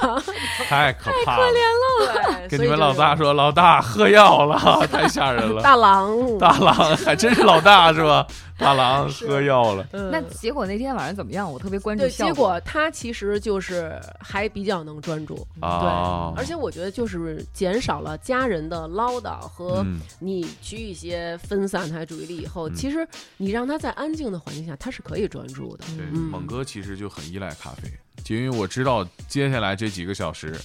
太可怕了！” 对，跟所你以们就老是大说，老大喝药了，太吓人了。大郎，大郎还真是老大是吧？大郎是喝药了，嗯那结果那天晚上怎么样？我特别关注对，效结果他其实就是还比较能专注，哦对，而且我觉得就是减少了家人的唠叨和嗯，你去一些分散他注意力以后，嗯其实你让他在安静的环境下，他是可以专注的。对，嗯猛哥其实就很依赖咖啡，就因为我知道接下来这几个小时，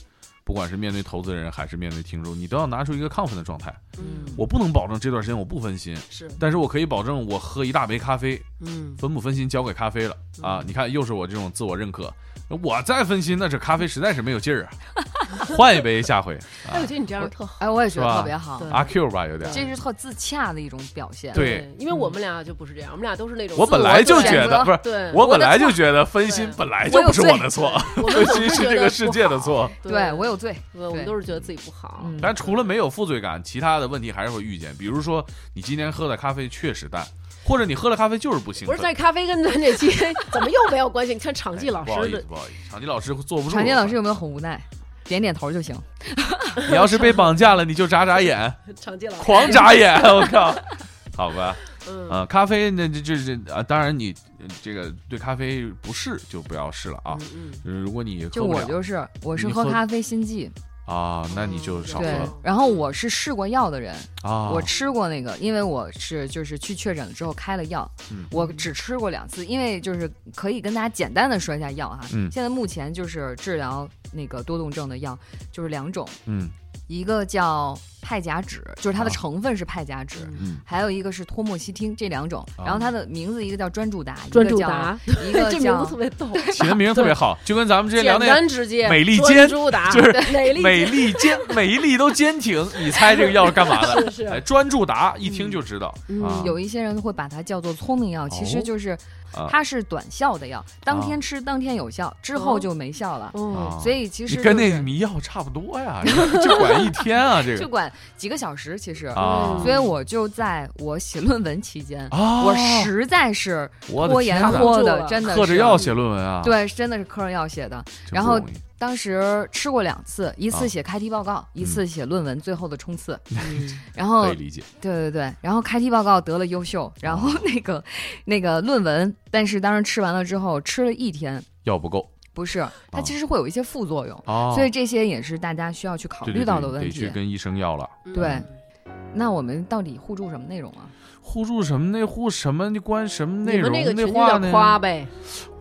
不管是面对投资人还是面对听众，你都要拿出一个亢奋的状态。嗯，我不能保证这段时间我不分心，是，但是我可以保证我喝一大杯咖啡，嗯，分不分心交给咖啡了啊！你看，又是我这种自我认可，我再分心，那这咖啡实在是没有劲儿啊，换一杯下回。哎，我觉得你这样特好。哎，我也觉是得吧特别好对，阿 Q 吧，有点。这是特自洽的一种表现。对哎因为我们俩就不是这样，我们俩都是那种我本来就觉选得择不是，对，我本的来就错觉得分心对本来就我有不是我罪的错，我们分心总觉是得这个不世界的好，错。对我有罪。对，我对们都是觉得自己不好。嗯但除了没有负罪感，其他的问题还是会遇见。比如说，你今天喝的咖啡确实淡，或者你喝了咖啡就是不兴不是，奋。在咖啡跟咱这 期怎么又没有关系？你看场哎记老不好师意思的，不好意思，场记老师坐不住了。常见老师有没有很无奈？点点头就行。你要是被绑架了，你就眨眨眼，常进来，狂眨眼，我靠，好吧，嗯啊，咖啡那这这这啊，当然你呃这个对咖啡不适就不要试了啊。嗯嗯如果你喝就不我了就是，我是你喝喝咖啡心悸，啊，那你就少对喝。然后我是试过药的人，啊。我吃过那个，因为我是就是去确诊了之后开了药，嗯我只吃过两次，因为就是可以跟大家简单的说一下药哈。嗯现在目前就是治疗那个多动症的药就是两种，嗯一个叫派甲酯，就是它的啊成分是派甲酯。 嗯，还有一个是托莫西汀，这两种，啊然后它的名字一个叫专注达，专注达， 一个叫这一名个字特叫别逗，起的名字特别好，就跟咱们之前聊简那个单直接，美利坚专注达，就是美利美坚，丽坚美丽都坚挺，你猜这个药是干嘛的？ 是是啊哎，专注达一听就知道嗯啊。有一些人会把它叫做聪明药，其哦实就是啊它是短效的药，当天吃当天有效，之后哦就没效了。啊哦，嗯所以其你实跟就是那迷药差不多 呀，就管一天啊，这就个管几个小时，其实。啊。所以我就在我写论文期间，啊，我实在是我的拖天延呐，拖住的，了真的喝着是药写论文啊，对，真的是嗑着药写的。真不然后容易当时吃过两次，一啊嗯次写开题报告，一次写论文最后的冲刺。嗯然后可以理解对对对，然后开题报告得了优秀，然哦后那个那个论文，但是当时吃完了之后吃了一天，药不够不是它其实会有一些副作用，啊，所以这些也是大家需要去考对虑对到对的问得去题。跟医生要了。嗯 对那我们到底互助什么内容啊？互助什么内互什么那关什么内你容们那个群就话叫呢？夸呗，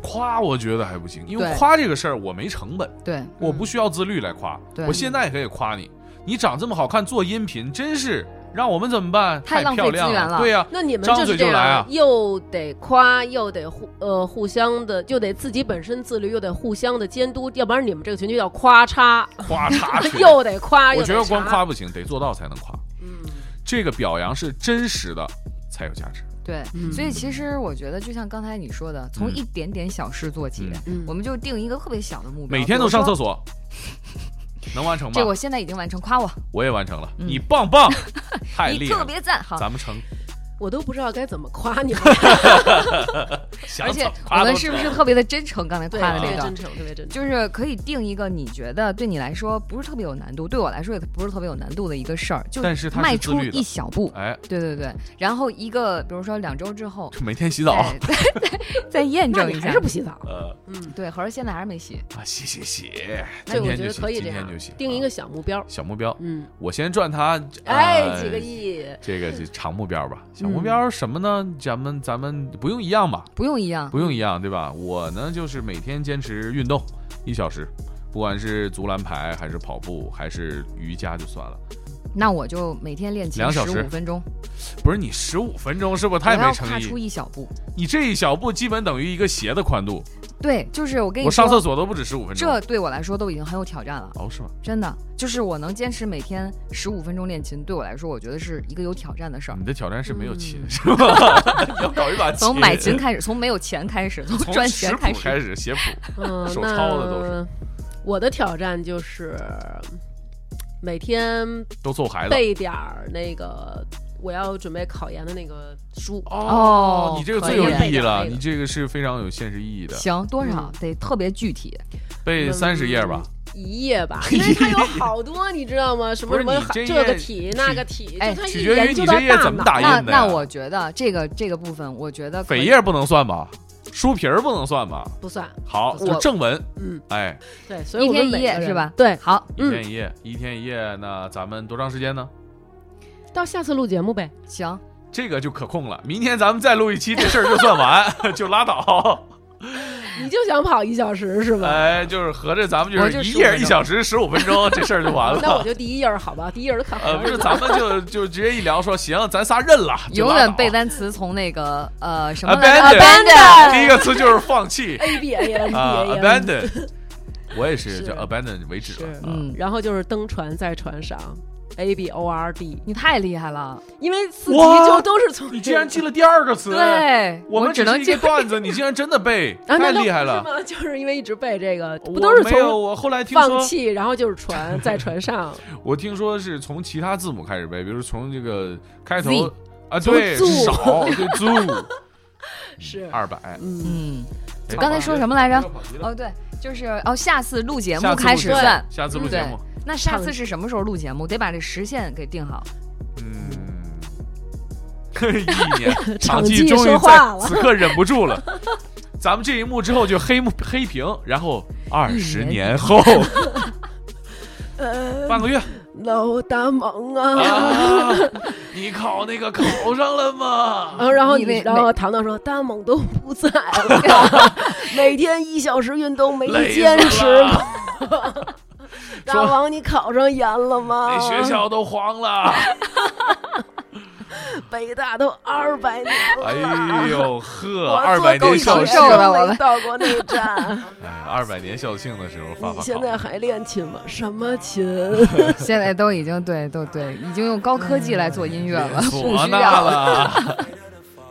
夸我觉得还不行，因为对夸这个事儿我没成本，对，我不需要自律来夸，对我现在也可以夸你。你长这么好看，做音频真是让我们怎么办？太太浪漂费亮资源了对呀、那你们张就嘴是这就样，来啊又得夸，又得互呃互相的，又得自己本身自律，又得互相的监督，要不然你们这个群就叫夸叉，夸嚓群。 又得夸，我又得觉得光查，夸不行，得做到才能夸。嗯这个表扬是真实的，才有价值。对，嗯所以其实我觉得，就像刚才你说的，从嗯一点点小事做起，嗯我们就定一个特别小的目标，每天都上厕所。 所，能完成吗这？我现在已经完成，夸我，我也完成了，嗯你棒棒， 太你厉害特了，别赞好，咱们成。我都不知道该怎么夸你 们，想而且怎么我夸们都是不成是特别的真诚？刚才对，夸的特那别个真。诚，特别真诚，就是可以定一个你觉得对你来说不是特别有难度，对我来说也不是特别有难度的一个事儿，就但是它是迈自出律的一小步。哎，对对对，然后一个比如说两周之后，每天洗再 哎澡，再再再验那证你一还下是。不洗澡，呃嗯，对，合着现在还是没洗。啊，洗洗洗，对，今我天觉就得洗，可以今这天样就洗，，定一啊个小目标，小目标，嗯，我先赚它，哎，呃几个亿，嗯这个是长目标吧？小目标什么呢？咱们咱们不用一样吧？不用一 样，不用一样，对吧？我呢就是每天坚持运动一小时，不管是足篮排还是跑步还是瑜伽就算了。那我就每天练琴两小十时五分钟，不是你十五分钟是不是我太要没跨诚出意？一小步。你这一小步基本等于一个鞋的宽度，对，就是我跟你我上说厕所都不止十五分钟。这对我来说都已经很有挑战了，哦是吗？真的，就是我能坚持每天十五分钟练琴，对我来说，我觉得是一个有挑战的事儿啊你。的挑战是没有琴、嗯是吗？ 要搞一把琴。从买琴开始，从没有钱开始，从从赚食钱谱开开始始。写谱，嗯，手那抄的都是我的挑战就是每天都揍孩子。备点儿那个我要准备考研的那个书，哦你这个可最以有背意义点哦了，那个你这个是非常有现实意义的，行，多少嗯得特别具体。背嗯三十页吧。一页 吧，因为它有好多，你知道吗？什不么是什么你这这个页题取那个题，哎就它取一决于研你究这到页大怎么脑打印那的那呀我觉得这个这个部分，我觉得可扉以页不能算吧？书皮儿不能算吧？不算，好，我就正文，嗯，哎，对，所以一我们天一每夜个是人？吧？对，好，一嗯，天一夜，一天一夜，那咱们多长时间呢？到下次录节目呗，行，这个就可控了，明天咱们再录一期，这事儿就算完， 就拉倒。你就想跑一小时是吧？哎，就是合着咱们就嗯我是就一15页分一钟小时十五分钟，这事儿就哎完那我了。就第一页儿好吧，第一页儿就看好呃，不了是，。咱们就就直接一聊说，行，咱仨认了，就永拉远倒背单词从那个呃什么哎来着 abandon， Abandon 第一个词就是放弃 A B A A 啊 B A， ，abandon。我也是，是就 abandon 为止了是。啊嗯，然后就是登船在船上，A B O R D，你太厉害了，因为四级哇就都是从你竟然记了第二个词，，对我们只只是能一这个段子，你竟然真的背，啊，太难道厉害不是了。吗？就是因为一直背这个，不我都是没有？从我后来听放说，弃，然后就是船在 船上，我听说是从其他字母开始背，比如从这个开 Z 头啊，从对， zoo 少对 zoo，是二百。嗯，嗯，哎刚才说什么来着？跑题了哦对，就是哦，下次录节下目次开录始节目算。下次录嗯节对目，那下次是什么时候录节目？得把这时限给定 好。嗯， 一年场记记终于说在话了此刻忍不住了。 咱们这一幕之后就黑幕黑屏，然后二十一年年后呃，半个月老大忙啊。啊，你考那个考上了吗？ 然后，然后你你，为然后糖糖说：“大猛都不在了， 每天一小时运动没累坚死持过。了，大王，你考上研了吗？那学校都黄 了。北大都二百年了。哎呦呵，我二坐百狗年校头庆哎够长，寿了我没们到过那 站。二百年校庆的时候发你发现考。啊在还练琴吗？什 么琴？现在都已经对，都对，已经用高科技来做音乐了， 不唢需呐要。啊了，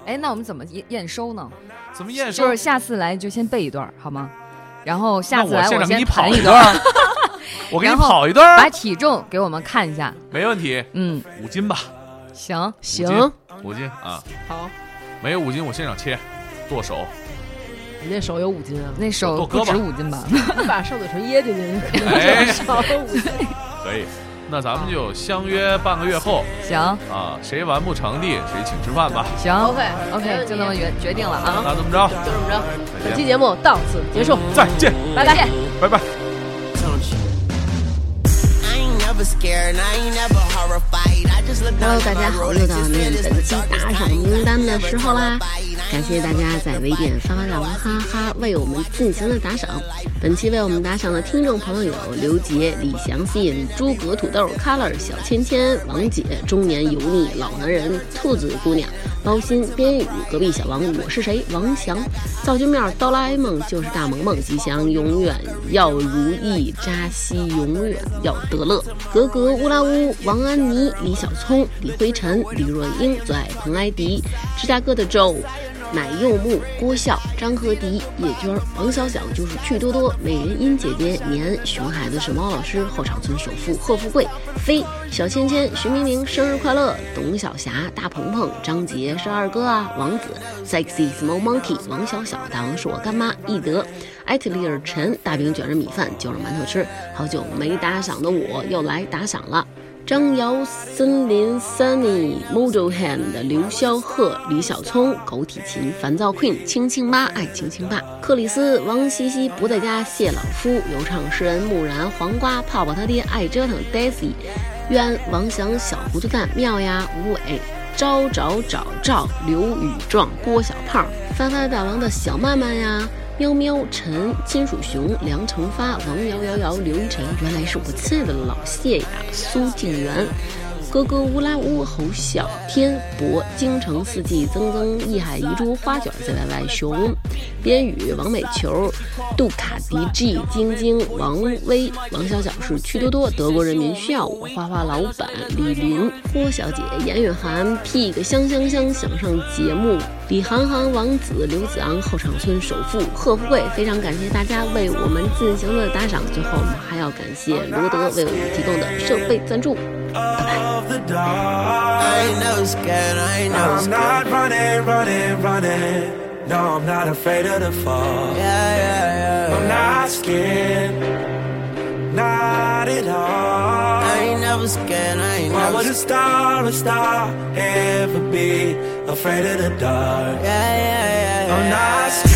哎，那我们怎么验验收呢？怎么验收？就是下次来就先背一段儿好吗？然后下那次来现场给先你跑 弹一段段儿，儿， 我给你然后跑一段把儿，体重给我们看一下。没问题，嗯，五斤吧，行，行，五斤啊，好，没有五斤我现场切，剁手，你那手有五斤啊， 那手多不胳膊止五斤吧？ 你把上嘴唇掖进去，可哎能就少了 五斤。可以。那咱们就相约半个月后行啊，谁完不成的谁请吃饭吧。行 没问，OK，题就这么决决定了啊，那这么着，就这么着，再本期见，嗯节目到此结束。再见，拜拜。拜拜。 I ain't never scared, I ain't never horrified. I just look Hello， down 大 at 家 my 好， road 又 and 到了 just 我们 feel 本 it's 期 the 打 darkest 赏 night. 名单的时候啦 Terrified,！感谢大家在微店发发大王哈哈为我们进行了打赏。本期为我们打赏的听众朋友有刘杰、李祥信、诸葛土豆、Color、小芊芊、王姐、中年油腻老男人、兔子姑娘、包心、边宇、隔壁小王、我是谁、王翔、灶君庙、哆啦 A 梦就是大萌萌、吉祥，永远要如意、扎西永远要得乐、格格乌拉乌、王安妮、李小聪、李辉晨、李若英、最爱彭莱迪、芝加哥的 Joe。乃柚木、郭笑、张和迪、叶娟、王小小就是趣多多、美人音姐姐、年熊孩子是猫老师、后场村首富贺富贵、飞、小芊芊、徐明明生日快乐、董小霞、大鹏鹏、张杰是二哥啊、王子、sexy small monkey、王小小、大王是我干妈、易德、艾特利尔陈、大饼卷着米饭就着馒头吃，好久没打赏的我又来打赏了。张瑶、森林、Sunny、Mojo Hand、刘肖鹤、李小聪、狗体琴、烦躁 Queen、青青妈、爱青青爸、克里斯、王西西不在家、谢老夫、有唱诗人木然、黄瓜、泡泡他爹、爱折腾、Daisy、渊、王翔、小糊涂蛋、妙呀、吴伟、招找找赵、刘宇壮、郭小胖、发发大王的小曼曼呀。喵喵、陈、金属熊、梁成发、王瑶瑶瑶、刘一晨，原来是我亲爱的老谢呀，苏静媛。哥哥乌拉乌侯小天博京城四季曾曾一海遗珠花卷 ZYY 熊边宇王美球杜卡迪 G 晶晶王威王小小是趣多多德国人民需要我花花老板李林郭小姐严雨涵 Pig 香香香想上节目李航航王子刘子昂后场村首富贺富贵非常感谢大家为我们进行的打赏，最后我们还要感谢罗德为我们提供的设备赞助。 of the I dark. ain't never scared, I ain't never I'm scared. not running, running, running. No, I'm not afraid of the fall. Yeah, yeah, yeah. I'm not scared, not at I all. ain't never scared, I ain't Why never would a scared. star, a star, ever be afraid of the dark? Yeah, yeah, yeah, yeah. I'm not scared.